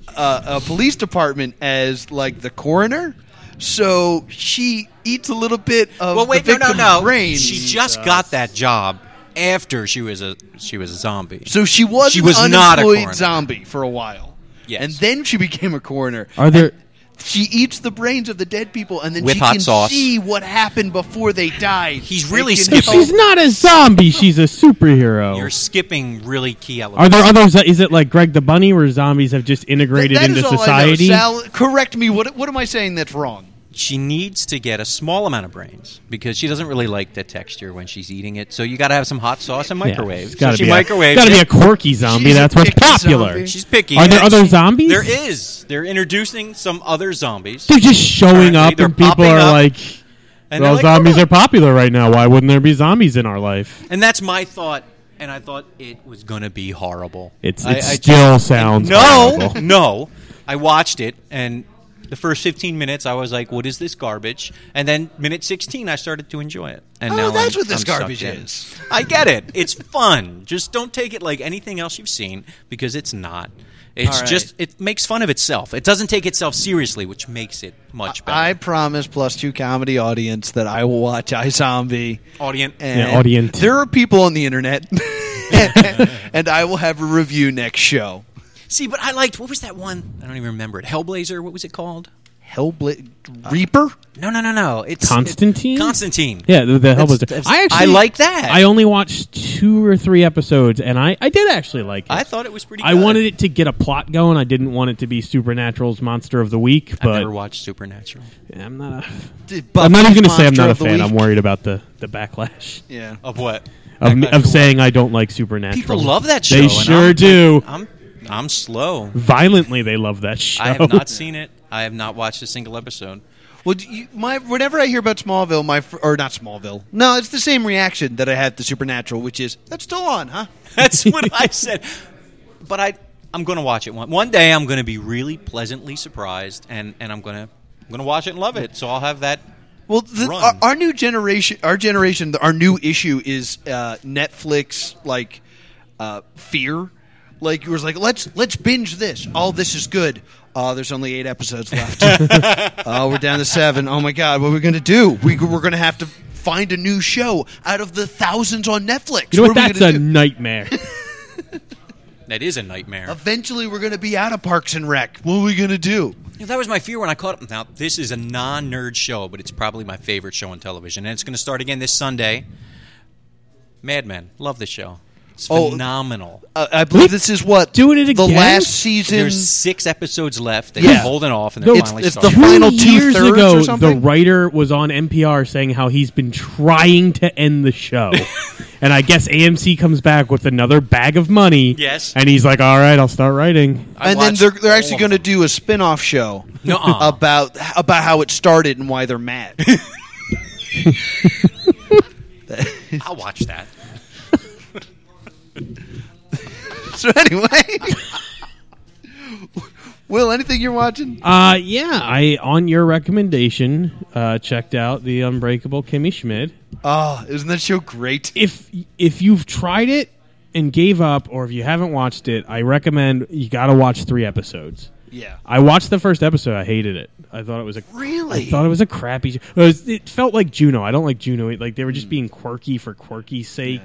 [SPEAKER 3] uh, a, a police department as like the coroner. So she eats a little bit of
[SPEAKER 5] Well, wait,
[SPEAKER 3] the
[SPEAKER 5] no, no,
[SPEAKER 3] victim's
[SPEAKER 5] no.
[SPEAKER 3] brain.
[SPEAKER 5] She just got that job after she was a she was a zombie.
[SPEAKER 3] so she was
[SPEAKER 5] She
[SPEAKER 3] an
[SPEAKER 5] was not a
[SPEAKER 3] unemployed
[SPEAKER 5] coroner.
[SPEAKER 3] zombie for a while.
[SPEAKER 5] Yes. Uh,
[SPEAKER 3] And then she became a coroner.
[SPEAKER 4] Are there?
[SPEAKER 3] She eats the brains of the dead people, and then
[SPEAKER 5] With
[SPEAKER 3] she
[SPEAKER 5] hot
[SPEAKER 3] can
[SPEAKER 5] sauce.
[SPEAKER 3] see what happened before they died.
[SPEAKER 5] He's
[SPEAKER 3] They
[SPEAKER 5] really
[SPEAKER 3] can
[SPEAKER 5] skipping-
[SPEAKER 3] help.
[SPEAKER 4] She's not a zombie. She's a superhero.
[SPEAKER 5] You're skipping really key
[SPEAKER 4] Are
[SPEAKER 5] elements.
[SPEAKER 4] there others? Is it like Greg the Bunny, where zombies have just integrated
[SPEAKER 3] That- that
[SPEAKER 4] into
[SPEAKER 3] is all I know.
[SPEAKER 4] society?
[SPEAKER 3] Sal, correct me. What what am I saying that's wrong?
[SPEAKER 5] she needs to get a small amount of brains because she doesn't really like the texture when she's eating it. So you got to have some hot sauce and
[SPEAKER 4] Yeah,
[SPEAKER 5] microwave.
[SPEAKER 4] it's gotta
[SPEAKER 5] so she
[SPEAKER 4] be a-
[SPEAKER 5] microwaves.
[SPEAKER 4] Gotta be a
[SPEAKER 5] it.
[SPEAKER 4] quirky zombie.
[SPEAKER 3] She's a
[SPEAKER 4] That's what's
[SPEAKER 3] picky
[SPEAKER 4] popular.
[SPEAKER 3] zombie.
[SPEAKER 5] She's picky.
[SPEAKER 4] Are there
[SPEAKER 5] and
[SPEAKER 4] other
[SPEAKER 5] she-
[SPEAKER 4] zombies?
[SPEAKER 5] There is. They're introducing some other zombies.
[SPEAKER 4] They're just showing
[SPEAKER 5] Apparently
[SPEAKER 4] up,
[SPEAKER 5] they're
[SPEAKER 4] and people
[SPEAKER 5] popping
[SPEAKER 4] are
[SPEAKER 5] up,
[SPEAKER 4] like,
[SPEAKER 5] and they're
[SPEAKER 4] "Well,
[SPEAKER 5] like,
[SPEAKER 4] zombies
[SPEAKER 5] "Oh."
[SPEAKER 4] are popular right now. Why wouldn't there be zombies in our life?"
[SPEAKER 5] And that's my thought. And I thought it was going to be horrible.
[SPEAKER 4] It's it
[SPEAKER 5] I- I
[SPEAKER 4] still sounds
[SPEAKER 5] No,
[SPEAKER 4] horrible.
[SPEAKER 5] no. I watched it, and The first 15 minutes, I was like, "What is this garbage?" And then minute 16, I started to enjoy it. And
[SPEAKER 3] Oh,
[SPEAKER 5] now
[SPEAKER 3] that's
[SPEAKER 5] I'm-
[SPEAKER 3] what this
[SPEAKER 5] I'm sucked
[SPEAKER 3] garbage
[SPEAKER 5] in.
[SPEAKER 3] is.
[SPEAKER 5] I get it. It's fun. Just don't take it like anything else you've seen because it's not. It's
[SPEAKER 3] All right.
[SPEAKER 5] just it makes fun of itself. It doesn't take itself seriously, which makes it much better.
[SPEAKER 3] I promise plus two comedy audience that I will watch iZombie.
[SPEAKER 5] Audience,
[SPEAKER 3] And
[SPEAKER 4] Yeah, audience.
[SPEAKER 3] There are people on the internet. and I will have a review next show.
[SPEAKER 5] see, but I liked what was that one? I don't even remember it. Hellblazer. What was it called?
[SPEAKER 3] Hellblit Reaper?
[SPEAKER 4] Uh,
[SPEAKER 5] No, no, no, no. It's
[SPEAKER 4] Constantine?
[SPEAKER 5] it- Constantine.
[SPEAKER 4] Yeah, the, the Hellblazer.
[SPEAKER 5] that's-
[SPEAKER 4] I actually
[SPEAKER 5] I like that.
[SPEAKER 4] I only watched two or three episodes, and I, I did actually like it.
[SPEAKER 5] I thought it was pretty.
[SPEAKER 4] I
[SPEAKER 5] good.
[SPEAKER 4] wanted it to get a plot going. I didn't want it to be Supernatural's monster of the week,
[SPEAKER 5] I've
[SPEAKER 4] but
[SPEAKER 5] never watched Supernatural.
[SPEAKER 4] I'm not. A,
[SPEAKER 3] Did
[SPEAKER 4] I'm not even
[SPEAKER 3] Buffy's
[SPEAKER 4] going to say I'm
[SPEAKER 3] Monster
[SPEAKER 4] not a
[SPEAKER 3] of the
[SPEAKER 4] fan. I'm
[SPEAKER 3] Week?
[SPEAKER 4] worried about the the backlash
[SPEAKER 3] Yeah. Uh,
[SPEAKER 5] Of what?
[SPEAKER 4] of, me-
[SPEAKER 5] Backlash
[SPEAKER 4] of
[SPEAKER 5] for
[SPEAKER 4] saying I don't like Supernatural.
[SPEAKER 5] People love that show.
[SPEAKER 4] They
[SPEAKER 5] and
[SPEAKER 4] sure
[SPEAKER 5] I'm-
[SPEAKER 4] do.
[SPEAKER 5] I'm I'm slow.
[SPEAKER 4] Violently, they love that show.
[SPEAKER 5] I have not seen it. I have not watched a single episode.
[SPEAKER 3] Well, do you, my whenever I hear about Smallville, my fr- or not Smallville, no, it's the same reaction that I had to Supernatural, which is that's still on, huh?
[SPEAKER 5] That's what I said. But I I'm going to watch it one one day. I'm going to be really pleasantly surprised, and and I'm going to I'm going to watch it and love it. So I'll have that.
[SPEAKER 3] Well, the,
[SPEAKER 5] Run.
[SPEAKER 3] our, our new generation, our generation, our new issue is uh, Netflix like uh, fear. Like it was like let's let's binge this. All this is good. Uh, there's only eight episodes left. uh, we're down to seven. Oh my god, what are we gonna do? We we're gonna have to find a new show out of the thousands on Netflix.
[SPEAKER 4] You know what?
[SPEAKER 3] are we
[SPEAKER 4] That's
[SPEAKER 3] gonna
[SPEAKER 4] a
[SPEAKER 3] do?
[SPEAKER 4] nightmare.
[SPEAKER 5] That is a nightmare.
[SPEAKER 3] Eventually, we're gonna be out of Parks and Rec. What are we gonna do?
[SPEAKER 5] Yeah, That was my fear when I caught it. Now, this is a non nerd show, but it's probably my favorite show on television. And it's going to start again this Sunday. Mad Men. Love the show. It's
[SPEAKER 3] Oh.
[SPEAKER 5] phenomenal.
[SPEAKER 3] Uh, I believe this is what
[SPEAKER 4] Doing it
[SPEAKER 3] The
[SPEAKER 4] again?
[SPEAKER 3] last season.
[SPEAKER 5] There's six episodes left. They're
[SPEAKER 3] Yeah.
[SPEAKER 5] holding off, and they're
[SPEAKER 4] It's-
[SPEAKER 5] finally
[SPEAKER 3] it's the
[SPEAKER 5] starting.
[SPEAKER 3] whole- final
[SPEAKER 4] Two years
[SPEAKER 3] two-thirds or
[SPEAKER 4] ago, the
[SPEAKER 3] something?
[SPEAKER 4] writer was on NPR saying how he's been trying to end the show, and I guess AMC comes back with another bag of money.
[SPEAKER 5] Yes.
[SPEAKER 4] and he's like, "All right, I'll start writing."
[SPEAKER 5] I
[SPEAKER 3] and then
[SPEAKER 5] watched
[SPEAKER 3] they're they're
[SPEAKER 5] all
[SPEAKER 3] actually
[SPEAKER 5] of
[SPEAKER 3] going to
[SPEAKER 5] them.
[SPEAKER 3] do a spin-off show
[SPEAKER 5] Nuh-uh.
[SPEAKER 3] about about how it started and why they're mad.
[SPEAKER 5] I'll watch that.
[SPEAKER 3] so anyway, Will, anything you're watching?
[SPEAKER 4] Uh, yeah, I on your recommendation uh, checked out the Unbreakable Kimmy Schmidt.
[SPEAKER 3] Oh, isn't that show great?
[SPEAKER 4] If if you've tried it and gave up, or if you haven't watched it, I recommend you got to watch three episodes.
[SPEAKER 3] Yeah.
[SPEAKER 4] I watched the first episode. I hated it. I thought it was a
[SPEAKER 3] Really?
[SPEAKER 4] I thought it was a crappy. It, was, it felt like Juno. I don't like Juno. It, like they were
[SPEAKER 5] Hmm.
[SPEAKER 4] just being quirky for quirky's sake.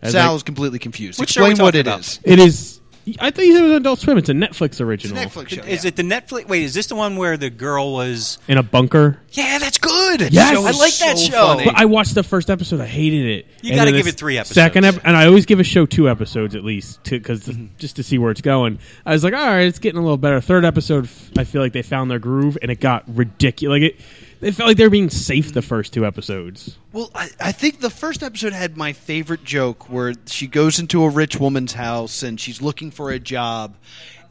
[SPEAKER 4] I was
[SPEAKER 3] Sal
[SPEAKER 4] like-
[SPEAKER 3] is completely confused.
[SPEAKER 5] Which show are we
[SPEAKER 3] Explain what
[SPEAKER 5] talking
[SPEAKER 3] it is.
[SPEAKER 5] about?
[SPEAKER 4] it is. I thought you said it was Adult Swim. It's a Netflix
[SPEAKER 3] It's a
[SPEAKER 4] original.
[SPEAKER 3] Netflix show.
[SPEAKER 5] Is
[SPEAKER 3] yeah.
[SPEAKER 5] it the Netflix? Wait, is this the one where the girl was?
[SPEAKER 4] In a bunker.
[SPEAKER 5] Yeah, that's good.
[SPEAKER 4] Yes!
[SPEAKER 5] I like
[SPEAKER 3] So
[SPEAKER 5] that show.
[SPEAKER 3] funny.
[SPEAKER 4] But I watched the first episode. I hated it.
[SPEAKER 5] Oh, You
[SPEAKER 4] And
[SPEAKER 5] gotta
[SPEAKER 4] then
[SPEAKER 5] give
[SPEAKER 4] the
[SPEAKER 5] it three episodes.
[SPEAKER 4] Second, ep- and I always give a show two episodes at least, because just to see where it's going. I was like, all right, it's getting a little better. Third episode, f- I feel like they found their groove, and it got ridiculous. Like it, it felt like they were being safe the first two episodes.
[SPEAKER 3] Well, I, I think the first episode had my favorite joke where she goes into a rich woman's house and she's looking for a job.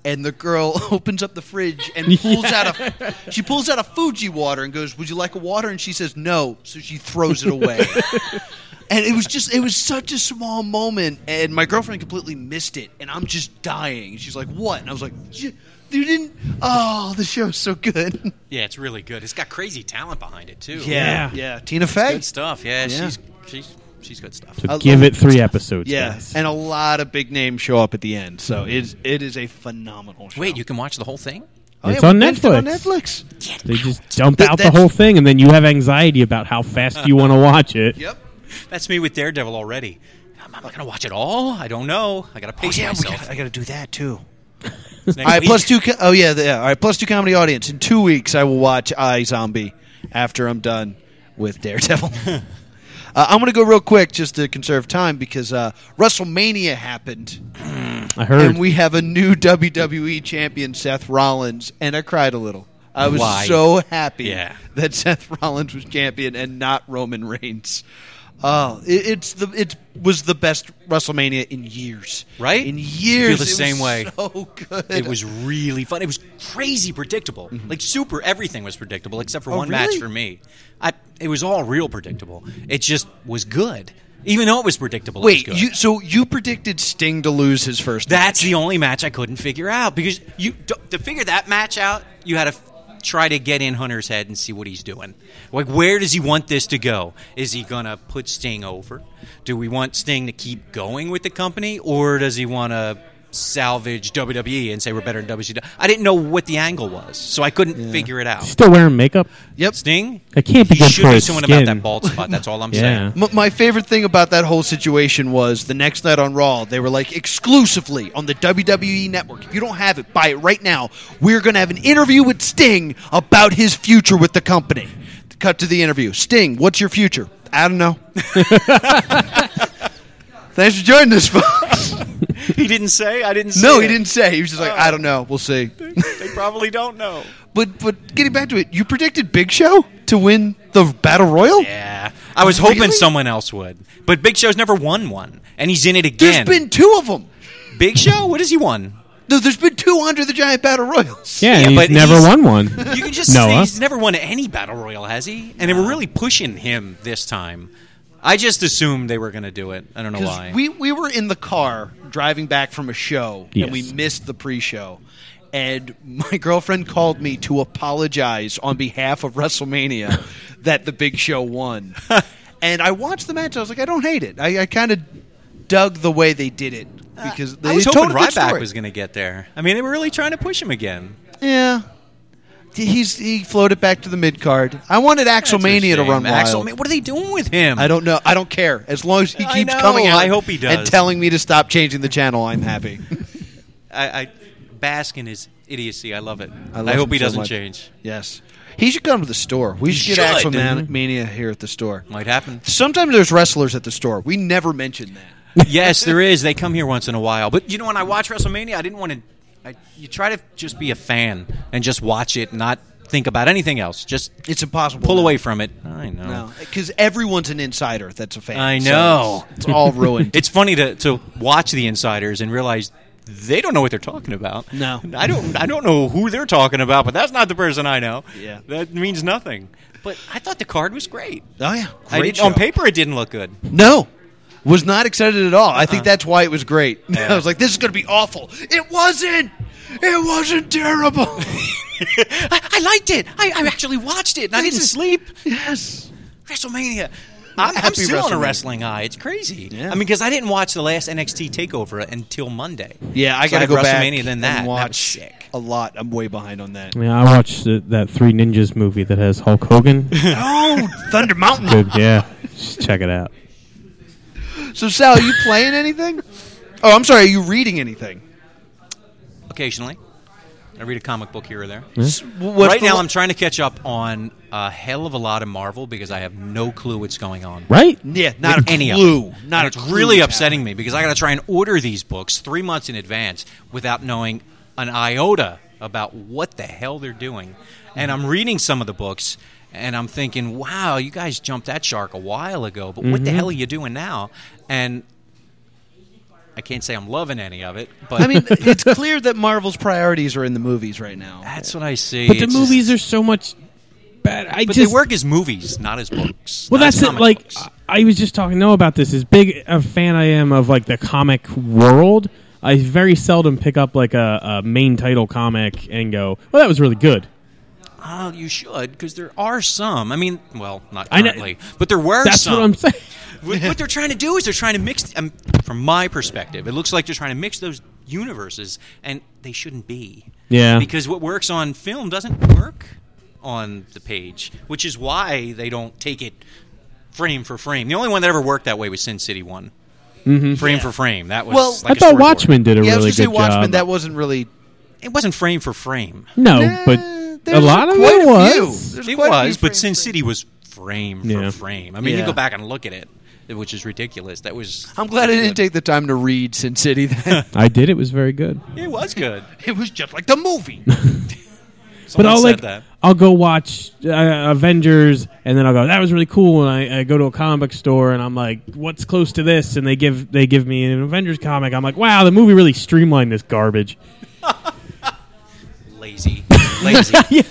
[SPEAKER 3] And the girl opens up the fridge and pulls out a she pulls out a Fuji water and goes, "Would you like a water?" And she says, "No." So she throws it away. and it was just it was such a small moment, and my girlfriend completely missed it, and I'm just dying. She's like, "What?" And I was like, "You you didn't." Oh, the show's so good.
[SPEAKER 5] Yeah, it's really good. It's got crazy talent behind it too.
[SPEAKER 4] Yeah.
[SPEAKER 3] yeah. Tina Fey.
[SPEAKER 5] good stuff. Yeah,
[SPEAKER 3] Yeah.
[SPEAKER 5] she's she's she's good stuff.
[SPEAKER 4] So
[SPEAKER 3] I
[SPEAKER 4] give
[SPEAKER 3] love
[SPEAKER 4] it three episodes.
[SPEAKER 3] Yeah,
[SPEAKER 4] guys.
[SPEAKER 3] and a lot of big names show up at the end, so it's it is a phenomenal show.
[SPEAKER 5] Wait, you can watch the whole thing?
[SPEAKER 3] Oh,
[SPEAKER 4] It's
[SPEAKER 3] we
[SPEAKER 4] on
[SPEAKER 3] binged it on
[SPEAKER 4] Netflix.
[SPEAKER 3] Netflix.
[SPEAKER 4] They just dump
[SPEAKER 3] Th-
[SPEAKER 4] out the
[SPEAKER 3] that's-
[SPEAKER 4] whole thing, and then you have anxiety about how fast you want to watch it.
[SPEAKER 3] Yep.
[SPEAKER 5] That's me with Daredevil already. Am I gonna watch it all? I don't know. I Oh, gotta pace
[SPEAKER 3] Yeah, we
[SPEAKER 5] myself.
[SPEAKER 3] gotta, I got to do that too.
[SPEAKER 5] It's next
[SPEAKER 3] All right,
[SPEAKER 5] week.
[SPEAKER 3] plus two. Co- oh yeah, the, yeah, all right, plus two comedy audience. In two weeks, I will watch I Zombie after I'm done with Daredevil. uh, I'm gonna go real quick just to conserve time because uh, WrestleMania happened.
[SPEAKER 4] I heard.
[SPEAKER 3] And we have a new WWE champion, Seth Rollins, and I cried a little. I was
[SPEAKER 5] Why?
[SPEAKER 3] so happy
[SPEAKER 5] Yeah.
[SPEAKER 3] that Seth Rollins was champion and not Roman Reigns. Oh, it, it's the it was the best WrestleMania in years,
[SPEAKER 5] Right?
[SPEAKER 3] In
[SPEAKER 5] I feel
[SPEAKER 3] years,
[SPEAKER 5] the
[SPEAKER 3] It was
[SPEAKER 5] same way.
[SPEAKER 3] So good.
[SPEAKER 5] it was really fun. It was crazy predictable. Like super everything was predictable except for
[SPEAKER 3] Mm-hmm. Oh,
[SPEAKER 5] one match
[SPEAKER 3] really?
[SPEAKER 5] for me. I it was all real predictable. It just was good. Even though it was predictable,
[SPEAKER 3] Wait,
[SPEAKER 5] it was good.
[SPEAKER 3] you so you predicted Sting to lose his first?
[SPEAKER 5] That's the only match I couldn't figure out because you to figure that match out, you had to try to get in Hunter's head and see what he's doing. Like, where does he want this to go? Is he going to put Sting over? Do we want Sting to keep going with the company, or does he want to salvage WWE and say we're better than WCW? I didn't know what the angle was, so I couldn't figure it out.
[SPEAKER 4] Still wearing makeup.
[SPEAKER 3] Yep.
[SPEAKER 5] Sting,
[SPEAKER 4] It can't be
[SPEAKER 5] you
[SPEAKER 4] good
[SPEAKER 5] should
[SPEAKER 4] for
[SPEAKER 5] do
[SPEAKER 4] his
[SPEAKER 5] something
[SPEAKER 4] skin.
[SPEAKER 5] about that bald spot. That's all I'm
[SPEAKER 4] Yeah.
[SPEAKER 5] saying.
[SPEAKER 3] M- my favorite thing about that whole situation was the next night on Raw, they were like, exclusively on the WWE network. If you don't have it, buy it right now. We're going to have an interview with Sting about his future with the company. Cut to the interview. Sting, what's your future? I don't know. Thanks for joining us, folks.
[SPEAKER 5] He didn't say. I didn't. say
[SPEAKER 3] No, he
[SPEAKER 5] it.
[SPEAKER 3] didn't say. He was just like, I don't know. We'll see.
[SPEAKER 5] They probably don't know.
[SPEAKER 3] But but getting back to it, you predicted Big Show to win the Battle Royal.
[SPEAKER 5] Yeah, I was hoping
[SPEAKER 3] Really?
[SPEAKER 5] someone else would, but Big Show's never won one, and he's in it
[SPEAKER 3] There's
[SPEAKER 5] again.
[SPEAKER 3] been two of them.
[SPEAKER 5] Big Show, what has he won?
[SPEAKER 3] No, there's been two under the Giant Battle Royals.
[SPEAKER 4] Yeah, and
[SPEAKER 5] Yeah,
[SPEAKER 4] he's
[SPEAKER 5] but
[SPEAKER 4] never
[SPEAKER 5] he's-
[SPEAKER 4] won one.
[SPEAKER 5] You can just say
[SPEAKER 4] Noah.
[SPEAKER 5] he's never won any battle royal, has he? And they were really pushing him this time. I just assumed they were going to do it. I don't know why.
[SPEAKER 3] Because we, we were in the car driving back from a show
[SPEAKER 4] Yes.
[SPEAKER 3] and we missed the pre show. And my girlfriend called me to apologize on behalf of WrestleMania that the big show won. and I watched the match. I was like, I don't hate it. I, I kind of dug the way they did it because they
[SPEAKER 5] Uh, I was
[SPEAKER 3] told
[SPEAKER 5] hoping
[SPEAKER 3] a good
[SPEAKER 5] Ryback
[SPEAKER 3] story.
[SPEAKER 5] was going to get there. I mean, they were really trying to push him again.
[SPEAKER 3] Yeah. He's he floated back to the mid card. I wanted
[SPEAKER 5] That's a
[SPEAKER 3] Axelmania to
[SPEAKER 5] shame.
[SPEAKER 3] run wild.
[SPEAKER 5] Axel- what are they doing with him?
[SPEAKER 3] I don't know. I don't care. As long as he
[SPEAKER 5] I
[SPEAKER 3] keeps
[SPEAKER 5] know.
[SPEAKER 3] coming out,
[SPEAKER 5] I hope he does.
[SPEAKER 3] and telling me to stop changing the channel, I'm happy.
[SPEAKER 5] I, I bask in his idiocy. I love it. I,
[SPEAKER 3] love
[SPEAKER 5] hope
[SPEAKER 3] him
[SPEAKER 5] he
[SPEAKER 3] so
[SPEAKER 5] doesn't
[SPEAKER 3] much.
[SPEAKER 5] change.
[SPEAKER 3] yes, he should come to the store. We should get
[SPEAKER 5] should.
[SPEAKER 3] Axelmania here at the store.
[SPEAKER 5] Might happen.
[SPEAKER 3] Sometimes there's wrestlers at the store. We never mention that.
[SPEAKER 5] yes, there is. They come here once in a while. But you know, when I watch WrestleMania, I didn't want to. I, you try to just be a fan and just watch it, not think about anything else. Just
[SPEAKER 3] It's impossible.
[SPEAKER 5] pull
[SPEAKER 3] now.
[SPEAKER 5] away from it. I know.
[SPEAKER 3] No, because everyone's an insider. That's a fan.
[SPEAKER 5] I
[SPEAKER 3] so
[SPEAKER 5] know.
[SPEAKER 3] it's, it's all ruined.
[SPEAKER 5] It's funny to, to watch the insiders and realize they don't know what they're talking about.
[SPEAKER 3] No.
[SPEAKER 5] I don't. I don't know who they're talking about, but that's not the person I know.
[SPEAKER 3] Yeah.
[SPEAKER 5] that means nothing. But I thought the card was great.
[SPEAKER 3] oh yeah, great
[SPEAKER 5] I didn't-
[SPEAKER 3] show.
[SPEAKER 5] on paper, it didn't look good.
[SPEAKER 3] No. Was not excited at all. I
[SPEAKER 5] Uh-uh.
[SPEAKER 3] think that's why it was great. I was like, this is going to be awful. It wasn't. It wasn't terrible.
[SPEAKER 5] I, I liked it. I, I actually watched it. and I didn't sleep.
[SPEAKER 3] yes.
[SPEAKER 5] WrestleMania. I'm, I'm
[SPEAKER 3] Happy
[SPEAKER 5] still on a
[SPEAKER 3] WrestleMania.
[SPEAKER 5] wrestling high. It's crazy.
[SPEAKER 3] Yeah.
[SPEAKER 5] I mean, because I didn't watch the last NXT Takeover until Monday.
[SPEAKER 3] Yeah, I
[SPEAKER 5] So
[SPEAKER 3] got to
[SPEAKER 5] had
[SPEAKER 3] go back
[SPEAKER 5] WrestleMania then that.
[SPEAKER 3] and
[SPEAKER 5] and that was
[SPEAKER 3] watch
[SPEAKER 5] sick.
[SPEAKER 3] a lot. I'm way behind on that.
[SPEAKER 4] Yeah, I watched the, that Three Ninjas movie that has Hulk Hogan.
[SPEAKER 3] oh, Thunder Mountain.
[SPEAKER 4] Good, yeah. Just check it out.
[SPEAKER 3] So, Sal, are you playing anything? Oh, I'm sorry. Are you reading anything?
[SPEAKER 5] Occasionally, I read a comic book here or there.
[SPEAKER 3] S- what's
[SPEAKER 5] right
[SPEAKER 3] the
[SPEAKER 5] now,
[SPEAKER 3] la-
[SPEAKER 5] I'm trying to catch up on a hell of a lot of Marvel because I have no clue what's going on.
[SPEAKER 4] Right?
[SPEAKER 3] Yeah, not a
[SPEAKER 5] Any
[SPEAKER 3] clue.
[SPEAKER 5] of it.
[SPEAKER 3] Not
[SPEAKER 5] And
[SPEAKER 3] a
[SPEAKER 5] it's
[SPEAKER 3] clue
[SPEAKER 5] really
[SPEAKER 3] what's
[SPEAKER 5] upsetting me because I got to try and order these books three months in advance without knowing an iota about what the hell they're doing. And
[SPEAKER 4] Mm-hmm.
[SPEAKER 5] I'm reading some of the books and I'm thinking, wow, you guys jumped that shark a while ago, but what the
[SPEAKER 4] Mm-hmm.
[SPEAKER 5] hell are you doing now? And I can't say I'm loving any of it, but
[SPEAKER 3] happening. I mean, it's clear that Marvel's priorities are in the movies right now.
[SPEAKER 5] that's what I see.
[SPEAKER 4] But the
[SPEAKER 5] It's just-
[SPEAKER 4] movies are so much better. I
[SPEAKER 5] But
[SPEAKER 4] just,
[SPEAKER 5] they work as movies, not as books.
[SPEAKER 4] Well,
[SPEAKER 5] not as
[SPEAKER 4] that's it.
[SPEAKER 5] comic
[SPEAKER 4] Like,
[SPEAKER 5] books.
[SPEAKER 4] I I was just talking to Noah about this. As big a fan I am of like the comic world, I very seldom pick up like a, a main title comic and go, "Well, that was really good."
[SPEAKER 5] Oh, you should, because there are some. I mean, well, not
[SPEAKER 4] I know-
[SPEAKER 5] currently, but there were
[SPEAKER 4] That's
[SPEAKER 5] some.
[SPEAKER 4] what I'm saying.
[SPEAKER 5] What, what they're trying to do is they're trying to mix. Um, from my perspective, it looks like they're trying to mix those universes, and they shouldn't be.
[SPEAKER 4] Yeah.
[SPEAKER 5] Because what works on film doesn't work on the page, which is why they don't take it frame for frame. The only one that ever worked that way was Sin City One. Mm-hmm. Frame for frame. That was.
[SPEAKER 3] Well-
[SPEAKER 4] I
[SPEAKER 5] like a
[SPEAKER 4] thought
[SPEAKER 5] storyboard.
[SPEAKER 4] Watchmen did a
[SPEAKER 3] yeah, I
[SPEAKER 4] really
[SPEAKER 3] was going
[SPEAKER 4] good
[SPEAKER 3] to say Watchmen.
[SPEAKER 4] job.
[SPEAKER 3] That wasn't really
[SPEAKER 5] It wasn't frame for frame.
[SPEAKER 4] no,
[SPEAKER 3] Nah,
[SPEAKER 4] but a
[SPEAKER 3] Eh, there's
[SPEAKER 4] lot of
[SPEAKER 3] quite
[SPEAKER 4] it
[SPEAKER 3] a few.
[SPEAKER 4] was.
[SPEAKER 3] There's
[SPEAKER 5] It
[SPEAKER 3] quite a few
[SPEAKER 5] was, but
[SPEAKER 3] frame-
[SPEAKER 5] Sin City was frame for
[SPEAKER 4] Yeah.
[SPEAKER 5] frame. I mean,
[SPEAKER 3] Yeah.
[SPEAKER 5] you go back and look at it, which is ridiculous. That was.
[SPEAKER 3] I'm glad I didn't take the time to read Sin City. Then
[SPEAKER 4] I did. It was very good.
[SPEAKER 5] It was good.
[SPEAKER 3] it was just like the movie.
[SPEAKER 5] Someone
[SPEAKER 4] but I'll
[SPEAKER 5] said
[SPEAKER 4] like
[SPEAKER 5] that.
[SPEAKER 4] I'll go watch uh, Avengers, and then I'll go. That was really cool. And I, I go to a comic book store, and I'm like, "What's close to this?" And they give they give me an Avengers comic. I'm like, "Wow, the movie really streamlined this garbage."
[SPEAKER 5] Lazy, lazy.
[SPEAKER 4] You,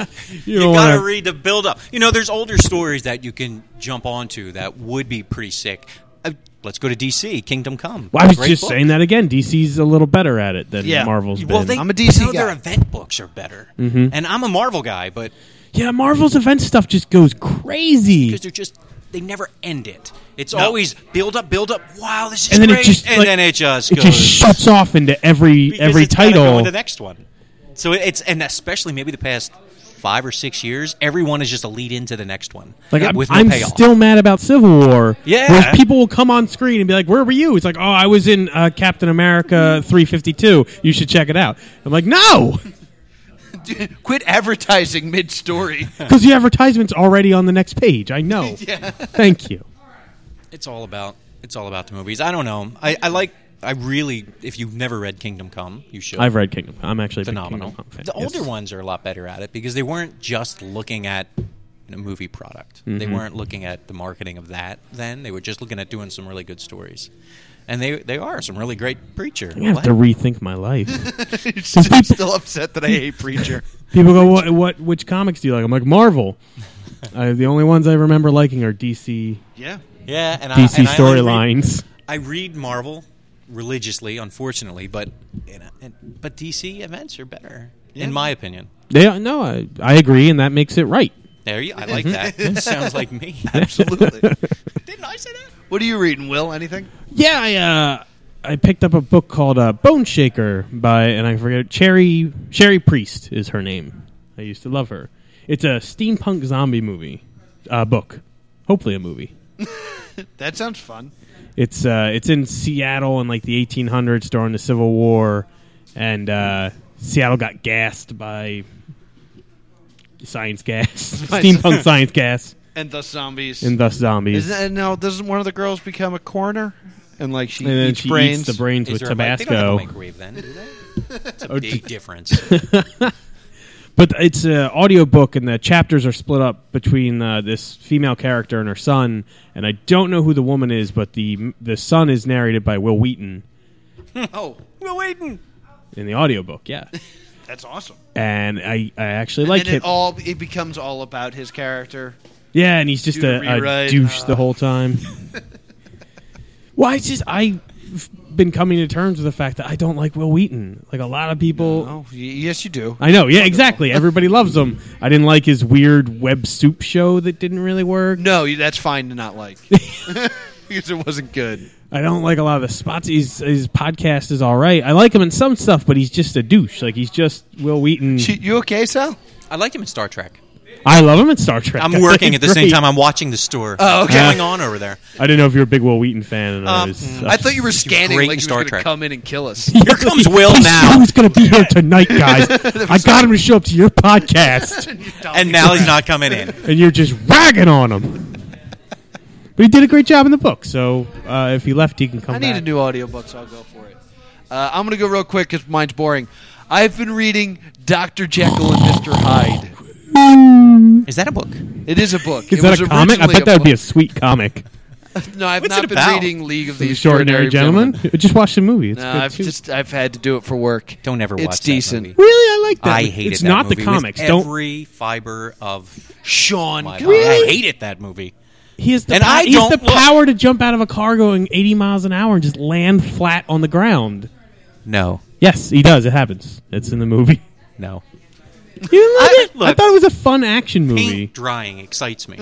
[SPEAKER 5] you
[SPEAKER 4] don't
[SPEAKER 5] gotta
[SPEAKER 4] wanna-
[SPEAKER 5] read the build up. You know, there's older stories that you can jump onto that would be pretty sick. Uh, Let's go to DC. Kingdom Come.
[SPEAKER 4] Well, I was
[SPEAKER 5] Great
[SPEAKER 4] just
[SPEAKER 5] book.
[SPEAKER 4] saying that again. DC's a little better at it than
[SPEAKER 3] Yeah.
[SPEAKER 4] Marvel's
[SPEAKER 5] Well,
[SPEAKER 4] been.
[SPEAKER 5] they,
[SPEAKER 3] I'm a DC
[SPEAKER 5] you know Their
[SPEAKER 3] guy.
[SPEAKER 5] event books are better,
[SPEAKER 4] Mm-hmm.
[SPEAKER 5] and I'm a Marvel guy, but
[SPEAKER 4] yeah, Marvel's event stuff just goes crazy.
[SPEAKER 5] because they're just they never end it. It's always build up, build up. Wow, this is
[SPEAKER 4] And then
[SPEAKER 5] great,
[SPEAKER 4] it just
[SPEAKER 5] and
[SPEAKER 4] like,
[SPEAKER 5] then it just
[SPEAKER 4] it
[SPEAKER 5] goes,
[SPEAKER 4] just shuts off into every
[SPEAKER 5] because
[SPEAKER 4] every
[SPEAKER 5] it's gotta go
[SPEAKER 4] title.
[SPEAKER 5] in the next one. So it- it's and especially maybe the past five or six years, everyone is just a lead into the next one.
[SPEAKER 4] Like I'm,
[SPEAKER 5] with no
[SPEAKER 4] I'm
[SPEAKER 5] payoff.
[SPEAKER 4] still mad about Civil War.
[SPEAKER 5] Yeah.
[SPEAKER 4] whereas people will come on screen and be like, "Where were you?" It's like, "Oh, I was in uh, Captain America 352. You should check it out." I'm like, "No,"
[SPEAKER 3] Quit advertising mid story.
[SPEAKER 4] because the advertisement's already on the next page. I know. Thank you.
[SPEAKER 5] It's all about it's all about the movies. I don't know. I, I like. I really, if you've never read Kingdom Come, you should.
[SPEAKER 4] I've read Kingdom. I'm actually a big
[SPEAKER 5] phenomenal.
[SPEAKER 4] Kingdom Come fan.
[SPEAKER 5] The
[SPEAKER 4] Yes.
[SPEAKER 5] older ones are a lot better at it because they weren't just looking at a movie product. They
[SPEAKER 4] Mm-hmm.
[SPEAKER 5] weren't looking at the marketing of that then. They were just looking at doing some really good stories. And they they are some really great preacher.
[SPEAKER 4] I have
[SPEAKER 5] What?
[SPEAKER 4] to rethink my life.
[SPEAKER 3] I'm still upset that I hate Preacher.
[SPEAKER 4] People go, what, "What? Which comics do you like?" I'm like, "Marvel." uh, the only ones I remember liking are DC
[SPEAKER 3] Yeah.
[SPEAKER 5] yeah, and I-
[SPEAKER 4] DC
[SPEAKER 5] Uh, and I only read-
[SPEAKER 4] storylines.
[SPEAKER 5] I read Marvel religiously, unfortunately, but you know, and, but DC events are better in my opinion.
[SPEAKER 4] They no, I, I agree, and that makes it right.
[SPEAKER 5] There you, I like that.
[SPEAKER 4] Mm-hmm.
[SPEAKER 5] that sounds like me.
[SPEAKER 3] Absolutely.
[SPEAKER 5] Didn't I say that?
[SPEAKER 3] what are you reading, Will? Anything?
[SPEAKER 4] Yeah, I uh, I picked up a book called uh, Bone Shaker by and I forget Cherry Sherry Priest is her name. I used to love her. It's a steampunk zombie movie uh, book, hopefully a movie.
[SPEAKER 3] That sounds fun.
[SPEAKER 4] It's uh, it's in Seattle in like the 1800s during the Civil War, and uh, Seattle got gassed by science gas,
[SPEAKER 3] Nice.
[SPEAKER 4] steampunk science gas,
[SPEAKER 3] And the zombies.
[SPEAKER 4] and thus zombies.
[SPEAKER 3] Isn't that, now, doesn't one of the girls become a coroner? And like she
[SPEAKER 4] and then
[SPEAKER 3] eats
[SPEAKER 4] she
[SPEAKER 3] brains.
[SPEAKER 4] eats the brains with
[SPEAKER 5] Is there a mic- They don't have
[SPEAKER 4] Tabasco.
[SPEAKER 5] a microwave then, do they? It's a
[SPEAKER 4] Oh, d-
[SPEAKER 5] big difference.
[SPEAKER 4] But it's an audiobook, and the chapters are split up between uh, this female character and her son. And I don't know who the woman is, but the the son is narrated by Will Wheaton
[SPEAKER 3] Oh,
[SPEAKER 5] We're waiting.
[SPEAKER 4] in the audiobook. Yeah,
[SPEAKER 3] that's awesome.
[SPEAKER 4] and I, I actually like
[SPEAKER 3] and it
[SPEAKER 4] him.
[SPEAKER 3] all it becomes all about his character.
[SPEAKER 4] yeah, and he's just
[SPEAKER 3] Do the
[SPEAKER 4] a, a
[SPEAKER 3] rewrite.
[SPEAKER 4] douche the whole time. Why it's just I've been coming to terms with the fact that I don't like Will Wheaton. Like a lot of people,
[SPEAKER 3] Oh, y- yes, you do.
[SPEAKER 4] I know. Yeah, exactly. Everybody loves him. I didn't like his weird web soup show that didn't really work.
[SPEAKER 3] No, you- that's fine to not like because it wasn't good.
[SPEAKER 4] I don't like a lot of the spots. He's, his podcast is all right. I like him in some stuff, but he's just a douche. Like he's just Will Wheaton.
[SPEAKER 3] You, you okay, Sal?
[SPEAKER 5] I liked him in Star Trek.
[SPEAKER 4] I love him in Star Trek. I
[SPEAKER 5] I'm
[SPEAKER 4] think
[SPEAKER 5] working
[SPEAKER 4] he's
[SPEAKER 5] at the same
[SPEAKER 4] great.
[SPEAKER 5] time. I'm watching the store.
[SPEAKER 3] Oh,
[SPEAKER 5] What's
[SPEAKER 3] okay.
[SPEAKER 5] going on over there?
[SPEAKER 4] I didn't know if you were a big Will Wheaton fan. And I,
[SPEAKER 3] Um,
[SPEAKER 4] was,
[SPEAKER 3] I thought you were scanning
[SPEAKER 5] great
[SPEAKER 3] like
[SPEAKER 5] in
[SPEAKER 3] you
[SPEAKER 5] Star
[SPEAKER 3] were going
[SPEAKER 5] Trek.
[SPEAKER 3] to come in and kill us.
[SPEAKER 5] Here comes Will
[SPEAKER 4] He's
[SPEAKER 5] now,
[SPEAKER 4] always going to be here tonight, guys. I got him to show up to your podcast,
[SPEAKER 5] and now he's not coming in.
[SPEAKER 4] and you're just ragging on him. But he did a great job in the book, so uh, if he left, he can come
[SPEAKER 3] I need
[SPEAKER 4] back.
[SPEAKER 3] a new audiobook, so I'll go for it. Uh, I'm going to go real quick because mine's boring. I've been reading Dr. Jekyll and Mr. Hyde.
[SPEAKER 5] Is that a book?
[SPEAKER 3] It is a book.
[SPEAKER 4] Is
[SPEAKER 3] it
[SPEAKER 4] that
[SPEAKER 3] was
[SPEAKER 4] a comic? I
[SPEAKER 3] originally
[SPEAKER 4] bet that would be a
[SPEAKER 3] book.
[SPEAKER 4] sweet comic.
[SPEAKER 3] No, I've
[SPEAKER 5] What's
[SPEAKER 3] not
[SPEAKER 5] it
[SPEAKER 3] been
[SPEAKER 5] about?
[SPEAKER 3] reading League of
[SPEAKER 4] The
[SPEAKER 3] the
[SPEAKER 4] Extraordinary Gentleman. Just watch the movie. It's
[SPEAKER 3] No,
[SPEAKER 4] good
[SPEAKER 3] I've
[SPEAKER 4] too.
[SPEAKER 3] just I've had to do it for work.
[SPEAKER 5] Don't ever
[SPEAKER 3] It's
[SPEAKER 5] watch
[SPEAKER 3] decent.
[SPEAKER 5] that movie.
[SPEAKER 4] Really, I like that.
[SPEAKER 5] I
[SPEAKER 4] It's-
[SPEAKER 5] hated
[SPEAKER 4] It's
[SPEAKER 5] that
[SPEAKER 4] not
[SPEAKER 5] movie
[SPEAKER 4] the
[SPEAKER 5] with
[SPEAKER 4] comics. Don't
[SPEAKER 5] every fiber of
[SPEAKER 3] Sean,
[SPEAKER 5] my
[SPEAKER 3] come on.
[SPEAKER 5] body. I hated that movie.
[SPEAKER 4] He has the,
[SPEAKER 5] And
[SPEAKER 4] po-
[SPEAKER 5] I
[SPEAKER 4] he has
[SPEAKER 5] don't
[SPEAKER 4] the
[SPEAKER 5] look-
[SPEAKER 4] power to jump out of a car going 80 miles an hour and just land flat on the ground.
[SPEAKER 5] No,
[SPEAKER 4] Yes, he does. It happens. It's in the movie.
[SPEAKER 5] no.
[SPEAKER 4] You didn't like
[SPEAKER 5] I-
[SPEAKER 4] it? I
[SPEAKER 5] look.
[SPEAKER 4] thought it was a fun action movie.
[SPEAKER 5] Paint drying excites me,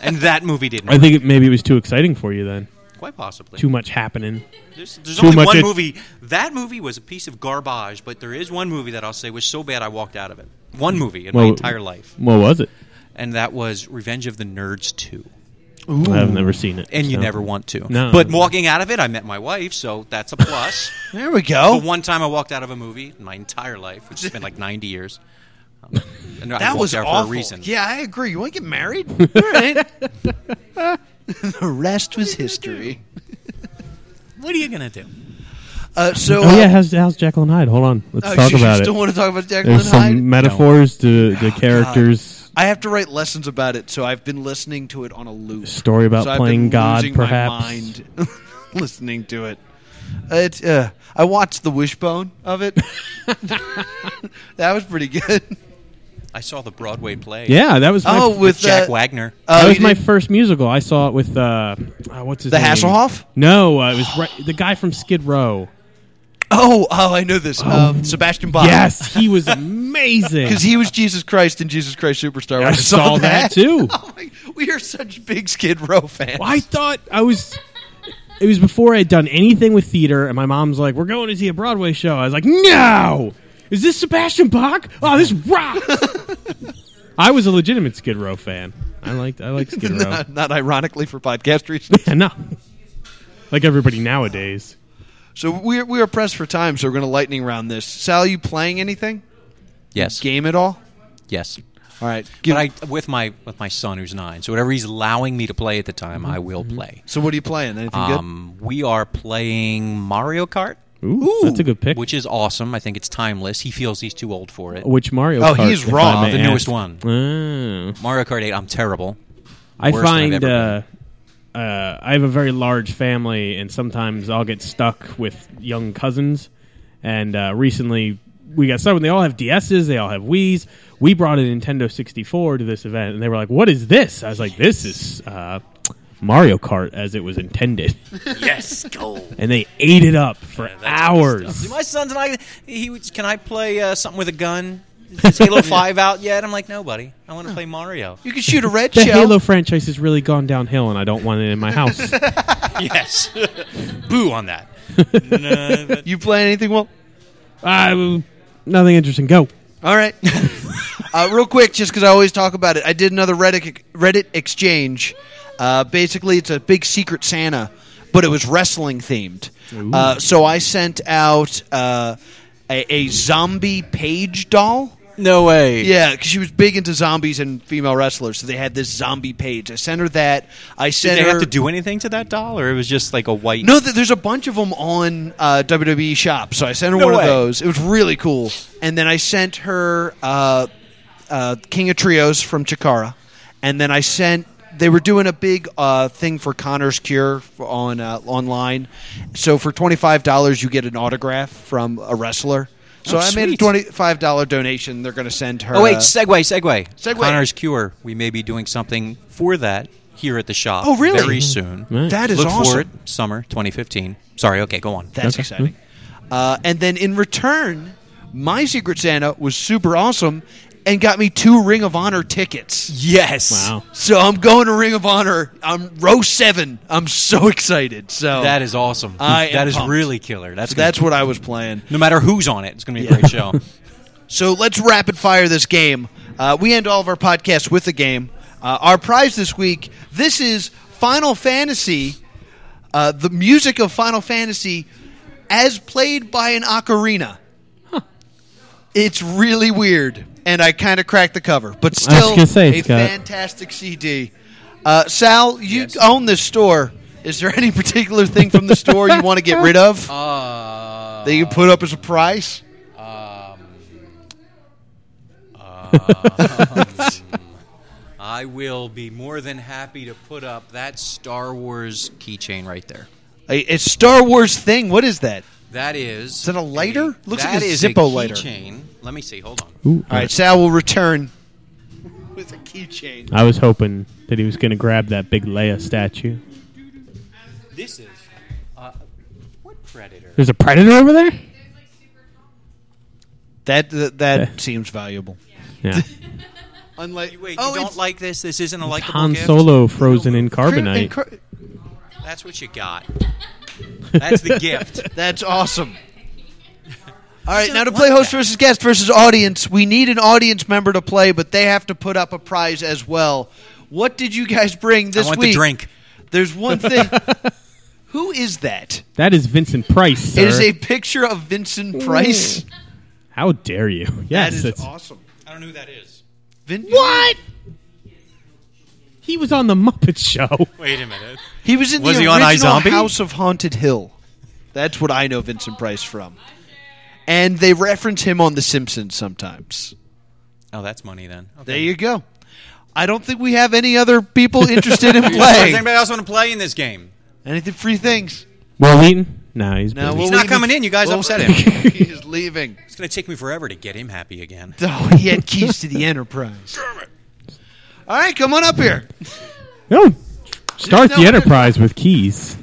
[SPEAKER 5] and that movie didn't.
[SPEAKER 4] I think it, maybe it was too exciting for you then.
[SPEAKER 5] quite possibly.
[SPEAKER 4] Too much happening.
[SPEAKER 5] there's there's
[SPEAKER 4] too
[SPEAKER 5] only
[SPEAKER 4] much
[SPEAKER 5] one
[SPEAKER 4] it-
[SPEAKER 5] movie. That movie was a piece of garbage, but there is one movie that I'll say was so bad I walked out of it. One movie in my
[SPEAKER 4] Mm. Well-
[SPEAKER 5] entire life,
[SPEAKER 4] What was it?
[SPEAKER 5] and that was Revenge of the Nerds Two.
[SPEAKER 4] I've never seen it.
[SPEAKER 5] and you
[SPEAKER 4] so.
[SPEAKER 5] never want to.
[SPEAKER 4] No.
[SPEAKER 5] But walking out of it, I met my wife, so that's a plus.
[SPEAKER 3] There we
[SPEAKER 5] the
[SPEAKER 3] go.
[SPEAKER 5] one time I walked out of a movie in my entire life, which has been like 90 years. um, and I
[SPEAKER 3] That
[SPEAKER 5] walked
[SPEAKER 3] was
[SPEAKER 5] out
[SPEAKER 3] awful.
[SPEAKER 5] for a reason.
[SPEAKER 3] Yeah, I agree. You want to get married? All right. the rest was
[SPEAKER 4] Oh,
[SPEAKER 3] history.
[SPEAKER 5] What are you going to do?
[SPEAKER 3] Uh, so,
[SPEAKER 4] Oh,
[SPEAKER 3] uh,
[SPEAKER 4] yeah, how's, how's Jekyll and Hyde? Hold on. Let's
[SPEAKER 3] oh,
[SPEAKER 4] talk
[SPEAKER 3] you
[SPEAKER 4] about
[SPEAKER 3] still
[SPEAKER 4] it.
[SPEAKER 3] want to talk about Jekyll
[SPEAKER 4] There's
[SPEAKER 3] and
[SPEAKER 4] some
[SPEAKER 3] Hyde?
[SPEAKER 4] metaphors to
[SPEAKER 5] Oh,
[SPEAKER 4] the characters'
[SPEAKER 3] I have to write lessons about it, so I've been listening to it on a loop.
[SPEAKER 4] story about
[SPEAKER 3] so I've
[SPEAKER 4] playing
[SPEAKER 3] been
[SPEAKER 4] God,
[SPEAKER 3] losing
[SPEAKER 4] perhaps.
[SPEAKER 3] My mind listening to it. It. Uh, I watched the wishbone of it. that was pretty good.
[SPEAKER 5] I saw the Broadway play.
[SPEAKER 4] Yeah, that was my,
[SPEAKER 3] Oh, with,
[SPEAKER 5] Jack
[SPEAKER 3] uh,
[SPEAKER 5] Wagner.
[SPEAKER 3] uh,
[SPEAKER 4] that was
[SPEAKER 3] you
[SPEAKER 4] my
[SPEAKER 3] did-
[SPEAKER 4] first musical. I saw it with uh, uh, what's his
[SPEAKER 3] The
[SPEAKER 4] name?
[SPEAKER 3] Hasselhoff?
[SPEAKER 4] No, uh, it was right, the guy from Skid Row.
[SPEAKER 3] oh oh I know this. Um, Sebastian Bach.
[SPEAKER 4] Yes, he was amazing.
[SPEAKER 3] because he was Jesus Christ and Jesus Christ Superstar.
[SPEAKER 4] I saw that, too.
[SPEAKER 3] Oh my- we are such big Skid Row fans.
[SPEAKER 4] I thought I was. It was before I had done anything with theater, and my mom's like, "We're going to see a Broadway show." I was like, "No, is this Sebastian Bach? Oh, this rocks!" I was a legitimate Skid Row fan. I liked I liked Skid Row.
[SPEAKER 3] not, not ironically for podcast reasons.
[SPEAKER 4] Yeah, no, like everybody nowadays.
[SPEAKER 3] So we're we are pressed for time, so we're going to lightning round this. Sal, you playing anything?
[SPEAKER 5] yes.
[SPEAKER 3] Game at all?
[SPEAKER 5] Yes.
[SPEAKER 3] All right. Give,
[SPEAKER 5] But I with my with my son who's nine, so whatever he's allowing me to play at the time,
[SPEAKER 4] Mm-hmm.
[SPEAKER 5] I will play.
[SPEAKER 3] so what are you playing? Anything
[SPEAKER 5] Um, we are playing Mario Kart,
[SPEAKER 4] Ooh, that's a good pick. Which,
[SPEAKER 5] which is awesome. I think it's timeless. He feels he's too old for it.
[SPEAKER 4] Mario?
[SPEAKER 3] Oh,
[SPEAKER 4] Kart,
[SPEAKER 3] he's
[SPEAKER 4] if I
[SPEAKER 3] wrong.
[SPEAKER 4] may
[SPEAKER 5] the
[SPEAKER 4] ask?
[SPEAKER 5] newest one,
[SPEAKER 4] Oh.
[SPEAKER 5] Mario Kart Eight. I'm terrible.
[SPEAKER 4] I
[SPEAKER 5] worst I've
[SPEAKER 4] find uh,
[SPEAKER 5] ever
[SPEAKER 4] uh, I have a very large family, and sometimes I'll get stuck with young cousins. And uh, recently, we got stuck when they all have DSs, they all have Wii's. We brought a Nintendo 64 to this event, and they were like, "What is this?" I was like, "This is uh, Mario Kart as it was intended,"
[SPEAKER 5] Yes, go.
[SPEAKER 4] and they ate it up for
[SPEAKER 5] See,
[SPEAKER 4] hours.
[SPEAKER 5] my son's and I. He was, can I play uh, something with a gun? Is Halo Five out yet? I'm like, no, buddy. I want to play Mario.
[SPEAKER 3] good? You can shoot a red
[SPEAKER 4] The
[SPEAKER 3] shell.
[SPEAKER 4] Halo franchise has really gone downhill, and I don't want it in my house.
[SPEAKER 5] yes. Boo on that. No, but-
[SPEAKER 3] You playing anything? Well,
[SPEAKER 4] uh, nothing interesting. Go.
[SPEAKER 3] all right. uh, real quick, just because I always talk about it, I did another Reddit Reddit exchange. Uh, basically, it's a big secret Santa, but it was wrestling themed. Uh, so I sent out uh, a, a zombie page doll.
[SPEAKER 5] no way.
[SPEAKER 3] Yeah, because she was big into zombies and female wrestlers, so they had this zombie page. I sent her that. I
[SPEAKER 5] Did
[SPEAKER 3] sent
[SPEAKER 5] they
[SPEAKER 3] her.
[SPEAKER 5] have to do anything to that doll, or it was just like a white? uh,
[SPEAKER 3] No, th- there's a bunch of them on uh, WWE Shop, so I sent her
[SPEAKER 5] No
[SPEAKER 3] one
[SPEAKER 5] way.
[SPEAKER 3] of those. It was really cool. And then I sent her uh, uh, King of Trios from Chikara, and then I sent. They were doing a big uh, thing for Connor's Cure for- on uh, online, so for twenty five dollars you get an autograph from a wrestler. So
[SPEAKER 5] Oh,
[SPEAKER 3] I made a
[SPEAKER 5] sweet.
[SPEAKER 3] twenty five dollar donation. They're going to send her.
[SPEAKER 5] Oh wait,
[SPEAKER 3] uh,
[SPEAKER 5] segue, segue.
[SPEAKER 3] Segue.
[SPEAKER 5] Connor's Cure. We may be doing something for that here at the shop.
[SPEAKER 3] Oh, really?
[SPEAKER 5] Very soon.
[SPEAKER 3] that is
[SPEAKER 5] Look
[SPEAKER 3] awesome.
[SPEAKER 5] for it. Summer 2015. Sorry. Okay, go on.
[SPEAKER 3] That's exciting. Uh, and then in return, my Secret Santa was super awesome and got me two Ring of Honor tickets.
[SPEAKER 5] yes.
[SPEAKER 4] Wow.
[SPEAKER 3] So I'm going to Ring of Honor. I'm row seven. I'm so excited. So
[SPEAKER 5] That is awesome.
[SPEAKER 3] I am
[SPEAKER 5] That is
[SPEAKER 3] pumped.
[SPEAKER 5] really killer. That's
[SPEAKER 3] so
[SPEAKER 5] gonna-
[SPEAKER 3] that's what I was playing.
[SPEAKER 5] No matter who's on it, it's going to be a great show.
[SPEAKER 3] So let's rapid fire this game. Uh, we end all of our podcasts with a game. Uh, our prize this week. This is Final Fantasy, uh, the music of Final Fantasy, as played by an ocarina. It's really weird, and I kind of cracked the cover, but still
[SPEAKER 4] gonna say,
[SPEAKER 3] a
[SPEAKER 4] Scott.
[SPEAKER 3] fantastic CD. Uh, Sal, you
[SPEAKER 5] Yes.
[SPEAKER 3] own this store. Is there any particular thing from the store you want to get rid of
[SPEAKER 5] uh,
[SPEAKER 3] that you put up as a price?
[SPEAKER 5] I will be more than happy to put up that Star Wars keychain right there.
[SPEAKER 3] A, a Star Wars thing. What is that?
[SPEAKER 5] That is. Is
[SPEAKER 3] that a lighter? Looks like a
[SPEAKER 5] is a
[SPEAKER 3] Zippo lighter.
[SPEAKER 5] keychain. Let me see. Hold on.
[SPEAKER 4] Ooh,
[SPEAKER 3] All right, Sal will return with a keychain.
[SPEAKER 4] I was hoping that he was going to grab that big Leia statue.
[SPEAKER 5] This is. Uh, what predator?
[SPEAKER 4] There's a predator over there.
[SPEAKER 3] That that, that
[SPEAKER 4] Yeah.
[SPEAKER 3] seems valuable.
[SPEAKER 4] Yeah,
[SPEAKER 3] Unlike
[SPEAKER 5] Wait,
[SPEAKER 3] oh,
[SPEAKER 5] you don't like this? This isn't a likable
[SPEAKER 4] Han
[SPEAKER 5] gift?
[SPEAKER 4] Solo frozen in carbonite.
[SPEAKER 5] That's what you got. That's the gift.
[SPEAKER 3] That's awesome. All right,
[SPEAKER 5] I
[SPEAKER 3] now to
[SPEAKER 5] want
[SPEAKER 3] play host
[SPEAKER 5] that.
[SPEAKER 3] versus guest versus audience, we need an audience member to play, but they have to put up a prize as well. What did you guys bring this
[SPEAKER 5] I want
[SPEAKER 3] week?
[SPEAKER 5] the drink.
[SPEAKER 3] There's one thing. Who is that?
[SPEAKER 4] that is Vincent Price, sir.
[SPEAKER 3] It is a picture of Vincent Price.
[SPEAKER 4] How dare you?
[SPEAKER 3] that
[SPEAKER 4] Yes,
[SPEAKER 3] is
[SPEAKER 4] it's-
[SPEAKER 3] awesome.
[SPEAKER 5] I don't know who that is.
[SPEAKER 3] Vin- what?
[SPEAKER 4] he was on the Muppet Show.
[SPEAKER 5] Wait a minute.
[SPEAKER 3] He was in
[SPEAKER 5] Was
[SPEAKER 3] the
[SPEAKER 5] he on
[SPEAKER 3] original
[SPEAKER 5] iZombie?
[SPEAKER 3] House of Haunted Hill. That's what I know Vincent Price from. And they reference him on The Simpsons sometimes.
[SPEAKER 5] Oh, that's money then. Okay.
[SPEAKER 3] There you go. I don't think we have any other people interested in
[SPEAKER 5] Does
[SPEAKER 3] playing.
[SPEAKER 5] anybody else want to play in this game?
[SPEAKER 3] Anything free things?
[SPEAKER 4] Will Wheaton? No, he's
[SPEAKER 3] No,
[SPEAKER 4] busy.
[SPEAKER 3] we'll
[SPEAKER 5] He's not
[SPEAKER 3] leave
[SPEAKER 5] coming
[SPEAKER 3] him-
[SPEAKER 5] in. You guys
[SPEAKER 3] we'll-
[SPEAKER 5] upset him.
[SPEAKER 3] He's leaving.
[SPEAKER 5] It's going to take me forever to get him happy again.
[SPEAKER 3] Oh, he had keys to the Enterprise. All right, come on up here.
[SPEAKER 4] no. Start
[SPEAKER 3] no-
[SPEAKER 4] the Enterprise with keys.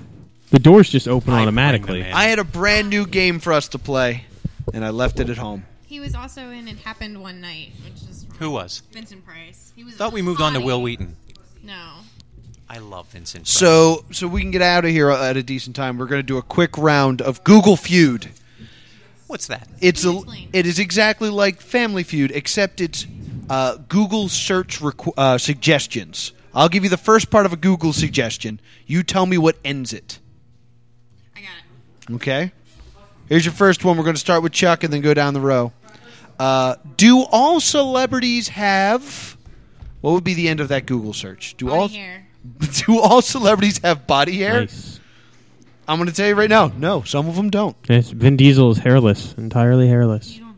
[SPEAKER 4] The doors just open
[SPEAKER 5] I bring
[SPEAKER 4] automatically.
[SPEAKER 5] them in.
[SPEAKER 3] I had a brand new game for us to play, and I left it at home.
[SPEAKER 6] He was also in It Happened One Night, which is
[SPEAKER 5] Who was?
[SPEAKER 6] Vincent Price. He was.
[SPEAKER 5] Thought we moved on to
[SPEAKER 6] funny.
[SPEAKER 5] Will Wheaton.
[SPEAKER 6] No.
[SPEAKER 5] I love Vincent. Price.
[SPEAKER 3] So, so we can get out of here at a decent time. We're going to do a quick round of Google Feud.
[SPEAKER 5] what's that?
[SPEAKER 3] It's
[SPEAKER 6] Can you
[SPEAKER 3] a,
[SPEAKER 6] explain?
[SPEAKER 3] it is exactly like Family Feud, except it's uh, Google search requ- uh, suggestions. I'll give you the first part of a Google suggestion. You tell me what ends it.
[SPEAKER 6] I got it.
[SPEAKER 3] Okay. Here's your first one. We're going to start with Chuck and then go down the row. Uh, do all celebrities have? What would be the end of that Google search? Do
[SPEAKER 6] Body
[SPEAKER 3] all
[SPEAKER 6] hair.
[SPEAKER 3] do all celebrities have body hair?
[SPEAKER 4] Nice.
[SPEAKER 3] I'm going to tell you right now. No, some of them don't.
[SPEAKER 4] Yes, Vin Diesel is hairless, entirely hairless.
[SPEAKER 6] You don't know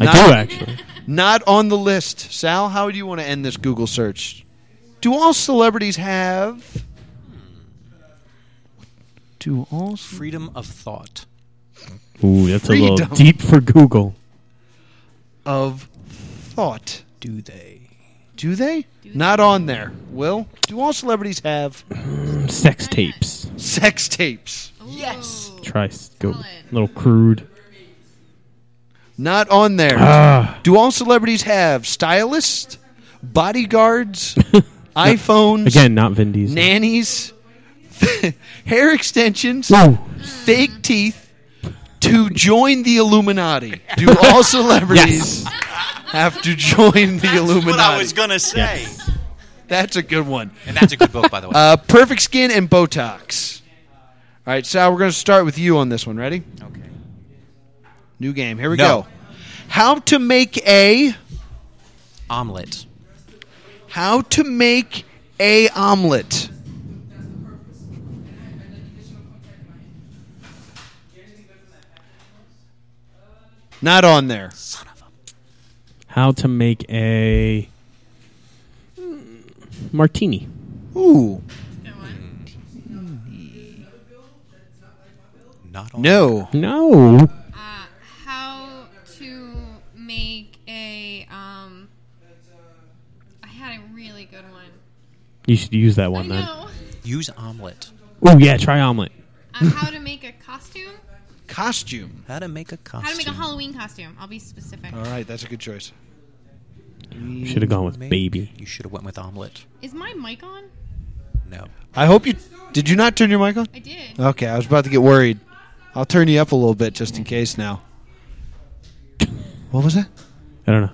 [SPEAKER 4] I
[SPEAKER 3] Not-
[SPEAKER 4] do actually.
[SPEAKER 3] Not on the list. Sal, how do you want to end this Google search? Do all celebrities have? Do all? ce-
[SPEAKER 5] Freedom of thought.
[SPEAKER 4] Ooh, that's a little
[SPEAKER 3] Freedom.
[SPEAKER 4] deep for Google.
[SPEAKER 3] of thought.
[SPEAKER 5] Do they?
[SPEAKER 3] Do they? Not on there. Will? Do all celebrities have
[SPEAKER 4] Sex tapes.
[SPEAKER 3] sex tapes?
[SPEAKER 6] that. Yes.
[SPEAKER 4] Try s- go
[SPEAKER 6] Solid.
[SPEAKER 4] a little crude.
[SPEAKER 3] Not on there.
[SPEAKER 4] Ah,
[SPEAKER 3] Do all celebrities have stylists, bodyguards, iPhones,
[SPEAKER 4] again, not Vin Diesel.
[SPEAKER 3] nannies, hair extensions,
[SPEAKER 4] No.
[SPEAKER 3] fake teeth to join the Illuminati? Do all celebrities have to join the Illuminati?
[SPEAKER 5] What I was gonna say.
[SPEAKER 3] That's a good one.
[SPEAKER 5] And that's a good book, by the way.
[SPEAKER 3] Uh, perfect skin and Botox. All right, Sal, we're going to start with you on this one. Ready?
[SPEAKER 5] okay.
[SPEAKER 3] New game. Here we
[SPEAKER 5] No.
[SPEAKER 3] go. How to make a
[SPEAKER 5] Omelet.
[SPEAKER 3] how to make a omelet. Not on there.
[SPEAKER 4] How to make a martini.
[SPEAKER 3] Ooh,
[SPEAKER 6] Good
[SPEAKER 5] Mm-hmm.
[SPEAKER 6] one.
[SPEAKER 5] Not on
[SPEAKER 3] no.
[SPEAKER 4] No.
[SPEAKER 6] Uh, how to make a um? I had a really good one.
[SPEAKER 4] You should use that
[SPEAKER 6] I
[SPEAKER 4] one then.
[SPEAKER 6] know.
[SPEAKER 5] Use omelet.
[SPEAKER 4] Oh yeah, try omelet.
[SPEAKER 6] Uh, how to make a costume?
[SPEAKER 3] Costume.
[SPEAKER 5] How to make a costume.
[SPEAKER 6] How to make a Halloween costume? I'll be specific.
[SPEAKER 3] All right, that's a good choice. Mm,
[SPEAKER 4] You should have gone with
[SPEAKER 5] Make-
[SPEAKER 4] baby.
[SPEAKER 5] You should have went with omelet.
[SPEAKER 6] Is my mic on?
[SPEAKER 5] No.
[SPEAKER 3] I hope you did. You not turn your mic on?
[SPEAKER 6] I did.
[SPEAKER 5] Uh,
[SPEAKER 3] Okay, I was about to get worried. I'll turn you up a little bit just in case now. What was that?
[SPEAKER 4] I don't know.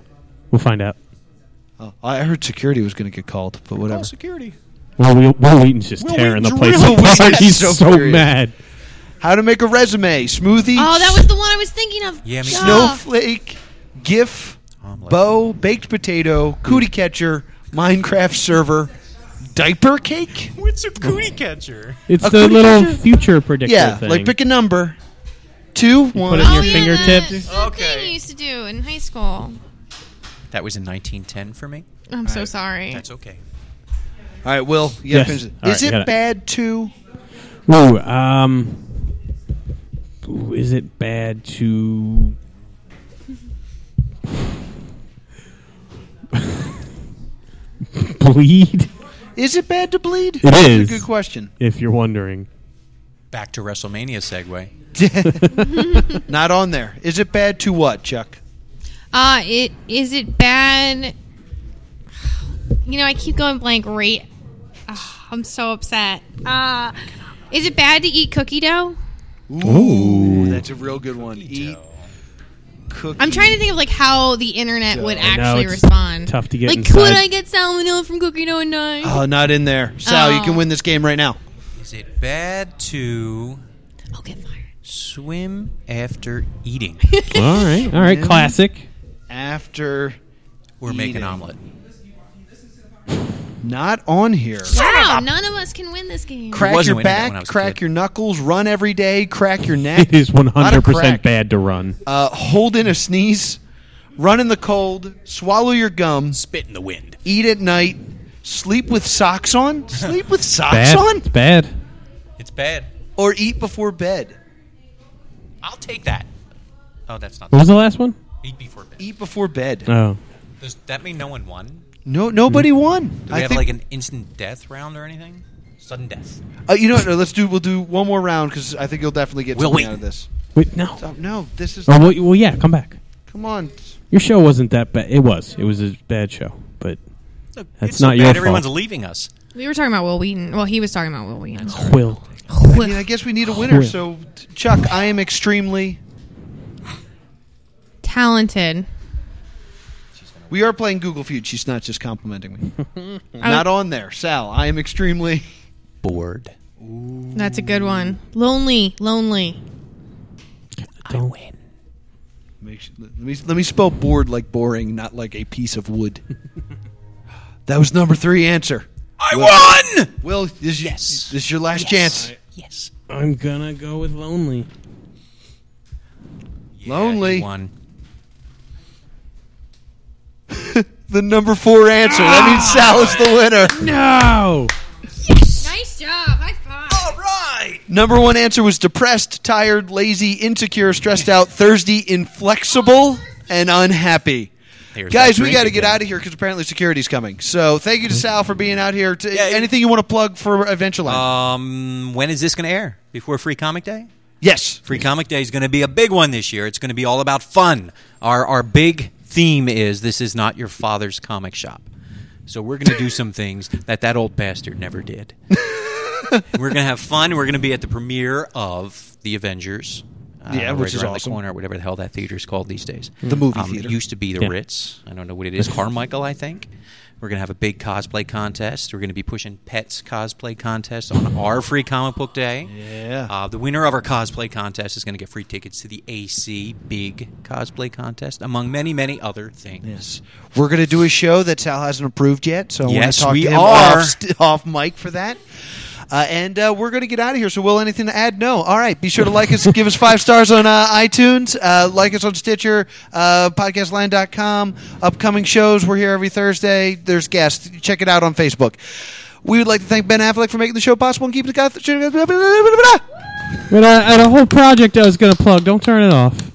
[SPEAKER 4] We'll find out.
[SPEAKER 3] Oh, I heard security was going to get called, but whatever.
[SPEAKER 5] security.
[SPEAKER 4] Will, Will, Will Wheaton's just
[SPEAKER 3] Will
[SPEAKER 4] tearing the
[SPEAKER 3] Wheaton's
[SPEAKER 4] place
[SPEAKER 3] real
[SPEAKER 4] apart.
[SPEAKER 3] weird.
[SPEAKER 4] He's
[SPEAKER 3] So
[SPEAKER 4] so,
[SPEAKER 3] furious.
[SPEAKER 4] mad.
[SPEAKER 3] How to make a resume, smoothie,
[SPEAKER 6] Oh, that was the one I was thinking of.
[SPEAKER 5] Yeah, me-
[SPEAKER 6] Duh.
[SPEAKER 3] snowflake, GIF,
[SPEAKER 5] Omelet.
[SPEAKER 3] bow, baked potato, cootie catcher, Minecraft server, diaper cake.
[SPEAKER 5] It's a cootie catcher.
[SPEAKER 4] It's
[SPEAKER 3] A
[SPEAKER 4] the
[SPEAKER 3] cookie
[SPEAKER 4] little
[SPEAKER 3] cutter?
[SPEAKER 4] future predictor
[SPEAKER 3] Yeah,
[SPEAKER 4] thing.
[SPEAKER 3] like pick a number. Two, one.
[SPEAKER 4] it in
[SPEAKER 6] Oh,
[SPEAKER 4] your
[SPEAKER 6] yeah,
[SPEAKER 4] fingertips.
[SPEAKER 6] that's the
[SPEAKER 5] Okay.
[SPEAKER 6] thing you used to do in high school.
[SPEAKER 5] That was in 1910 for me.
[SPEAKER 6] I'm so sorry.
[SPEAKER 5] That's okay.
[SPEAKER 3] All right, Will. You
[SPEAKER 4] Yes.
[SPEAKER 3] gotta finish it.
[SPEAKER 4] All right,
[SPEAKER 3] Is
[SPEAKER 4] you
[SPEAKER 3] it
[SPEAKER 4] got it.
[SPEAKER 3] bad to?
[SPEAKER 4] Ooh, um, ooh, is it bad to? bleed
[SPEAKER 3] Is it bad to bleed? It
[SPEAKER 4] is.
[SPEAKER 3] A good question.
[SPEAKER 4] if you're wondering
[SPEAKER 5] Back to WrestleMania segue.
[SPEAKER 3] Not on there. Is it bad to what, Chuck?
[SPEAKER 6] Uh, it is it bad? You know, I keep going blank. Rate. Ugh, I'm so upset. Uh, is it bad to eat cookie dough?
[SPEAKER 3] Ooh, that's a real good one. Eat cookie.
[SPEAKER 6] I'm trying to think of like how the internet would
[SPEAKER 4] I know,
[SPEAKER 6] actually
[SPEAKER 4] it's
[SPEAKER 6] respond.
[SPEAKER 4] tough to get
[SPEAKER 6] Like,
[SPEAKER 4] inside.
[SPEAKER 6] could I get salmonella from cookie dough and die?
[SPEAKER 3] Oh, not in there. Sal, you
[SPEAKER 6] Oh.
[SPEAKER 3] can win this game right now.
[SPEAKER 5] Is it bad to
[SPEAKER 6] I'll Oh, get fired.
[SPEAKER 5] swim after eating
[SPEAKER 4] all right all right
[SPEAKER 3] Yeah.
[SPEAKER 4] classic
[SPEAKER 3] After
[SPEAKER 5] or make an
[SPEAKER 3] Eating.
[SPEAKER 5] omelet?
[SPEAKER 3] not on here.
[SPEAKER 6] Wow, none of us can win this game.
[SPEAKER 3] Crack
[SPEAKER 5] wasn't
[SPEAKER 3] your
[SPEAKER 5] winning that when I
[SPEAKER 3] back,
[SPEAKER 5] was a
[SPEAKER 3] crack
[SPEAKER 5] kid.
[SPEAKER 3] your knuckles, run every day, crack your neck.
[SPEAKER 4] it is
[SPEAKER 3] Lot of
[SPEAKER 4] 100%
[SPEAKER 3] crack.
[SPEAKER 4] bad to run
[SPEAKER 3] Uh, hold in a sneeze, run in the cold, swallow your gum,
[SPEAKER 5] Spit in the wind.
[SPEAKER 3] eat at night, sleep with socks on, sleep with socks
[SPEAKER 4] bad
[SPEAKER 3] on,
[SPEAKER 4] it's bad
[SPEAKER 5] It's bad.
[SPEAKER 3] or eat before bed.
[SPEAKER 5] I'll take that. Oh, that's not
[SPEAKER 4] What was the last one?
[SPEAKER 5] Eat before bed.
[SPEAKER 3] Eat before bed.
[SPEAKER 4] Oh.
[SPEAKER 5] Does that mean no one won?
[SPEAKER 3] No, nobody won.
[SPEAKER 5] Hmm. Do we have like an instant death round or anything? Sudden death.
[SPEAKER 3] Uh, you know what? no, Let's do. We'll do one more round because I think you'll definitely get
[SPEAKER 5] We'll
[SPEAKER 3] something
[SPEAKER 5] win. Um,
[SPEAKER 3] out of this.
[SPEAKER 4] Wait, no.
[SPEAKER 3] Oh, no, this is.
[SPEAKER 4] Oh, well, well, yeah, come back.
[SPEAKER 3] Come on.
[SPEAKER 4] Your show wasn't that bad. It was. It was a bad show, but
[SPEAKER 5] Look,
[SPEAKER 4] That's
[SPEAKER 5] it's so
[SPEAKER 4] not
[SPEAKER 5] bad
[SPEAKER 4] your fault.
[SPEAKER 5] Everyone's leaving us.
[SPEAKER 6] We were talking about Will Wheaton. Well, he was talking about Will Wheaton.
[SPEAKER 4] Will.
[SPEAKER 6] Oh,
[SPEAKER 3] I mean, I guess we need a winner.
[SPEAKER 4] Win.
[SPEAKER 3] So, t- Chuck, I am extremely.
[SPEAKER 6] Talented.
[SPEAKER 3] We are playing Google Feud. She's not just complimenting me. not on there, Sal. I am extremely.
[SPEAKER 5] Bored.
[SPEAKER 6] That's a good one. Lonely. Lonely.
[SPEAKER 4] Don't
[SPEAKER 3] Make sure- Let me let me spell bored like boring, not like a piece of wood. that was number three answer.
[SPEAKER 5] I won.
[SPEAKER 3] Will, this is,
[SPEAKER 5] Yes.
[SPEAKER 3] this is your last chance.
[SPEAKER 5] Yes.
[SPEAKER 4] I'm gonna go with lonely.
[SPEAKER 3] Lonely.
[SPEAKER 5] you won.
[SPEAKER 3] The number four answer. That means Sal is the winner.
[SPEAKER 4] No.
[SPEAKER 6] Nice job. High five.
[SPEAKER 5] All right.
[SPEAKER 3] Number one answer was depressed, tired, lazy, insecure, stressed out, Thursday, inflexible, and unhappy.
[SPEAKER 5] There's
[SPEAKER 3] Guys,
[SPEAKER 5] that
[SPEAKER 3] we
[SPEAKER 5] drink
[SPEAKER 3] got to get
[SPEAKER 5] again. Mm-hmm.
[SPEAKER 3] out of here because apparently security's coming. So thank you to Sal for being out here. To,
[SPEAKER 5] Yeah,
[SPEAKER 3] anything you Uh, want to plug for Adventureland?
[SPEAKER 5] Um, when is this going to air? Before Free Comic Day?
[SPEAKER 3] yes.
[SPEAKER 5] Free Comic Day is going to be a big one this year. It's going to be all about fun. Our our big theme is this is not your father's comic shop. So we're going to do some things that that old bastard never did. we're going to have fun. We're going to be at the premiere of The Avengers. uh,
[SPEAKER 3] Yeah, which is
[SPEAKER 5] around
[SPEAKER 3] awesome.
[SPEAKER 5] The corner, whatever the hell that theater is called these days.
[SPEAKER 3] The movie
[SPEAKER 5] Um,
[SPEAKER 3] theater.
[SPEAKER 5] It used to be the
[SPEAKER 4] Yeah.
[SPEAKER 5] Ritz. I don't know what it is. Carmichael, I think. We're going to have a big cosplay contest. We're going to be pushing Pets cosplay contest on our free comic book day.
[SPEAKER 3] Yeah.
[SPEAKER 5] Uh, the winner of our cosplay contest is going to get free tickets to the AC Big Cosplay Contest, among many, many other things.
[SPEAKER 3] Yes. We're going to do a show that Sal hasn't approved yet, so I want
[SPEAKER 5] Yes,
[SPEAKER 3] to talk
[SPEAKER 5] we
[SPEAKER 3] to him
[SPEAKER 5] are.
[SPEAKER 3] Off, st- off mic for that. Uh, and uh, we're going to get out of here. So, Will, anything to add? No. All right. Be sure to like us, give us five stars on uh, iTunes, uh, like us on Stitcher, uh, podcastline.com. Upcoming shows, we're here every Thursday. There's guests. Check it out on Facebook. We would like to thank Ben Affleck for making the show possible and keeping the. goth-
[SPEAKER 4] But I, I had a whole project I was gonna plug. Don't turn it off.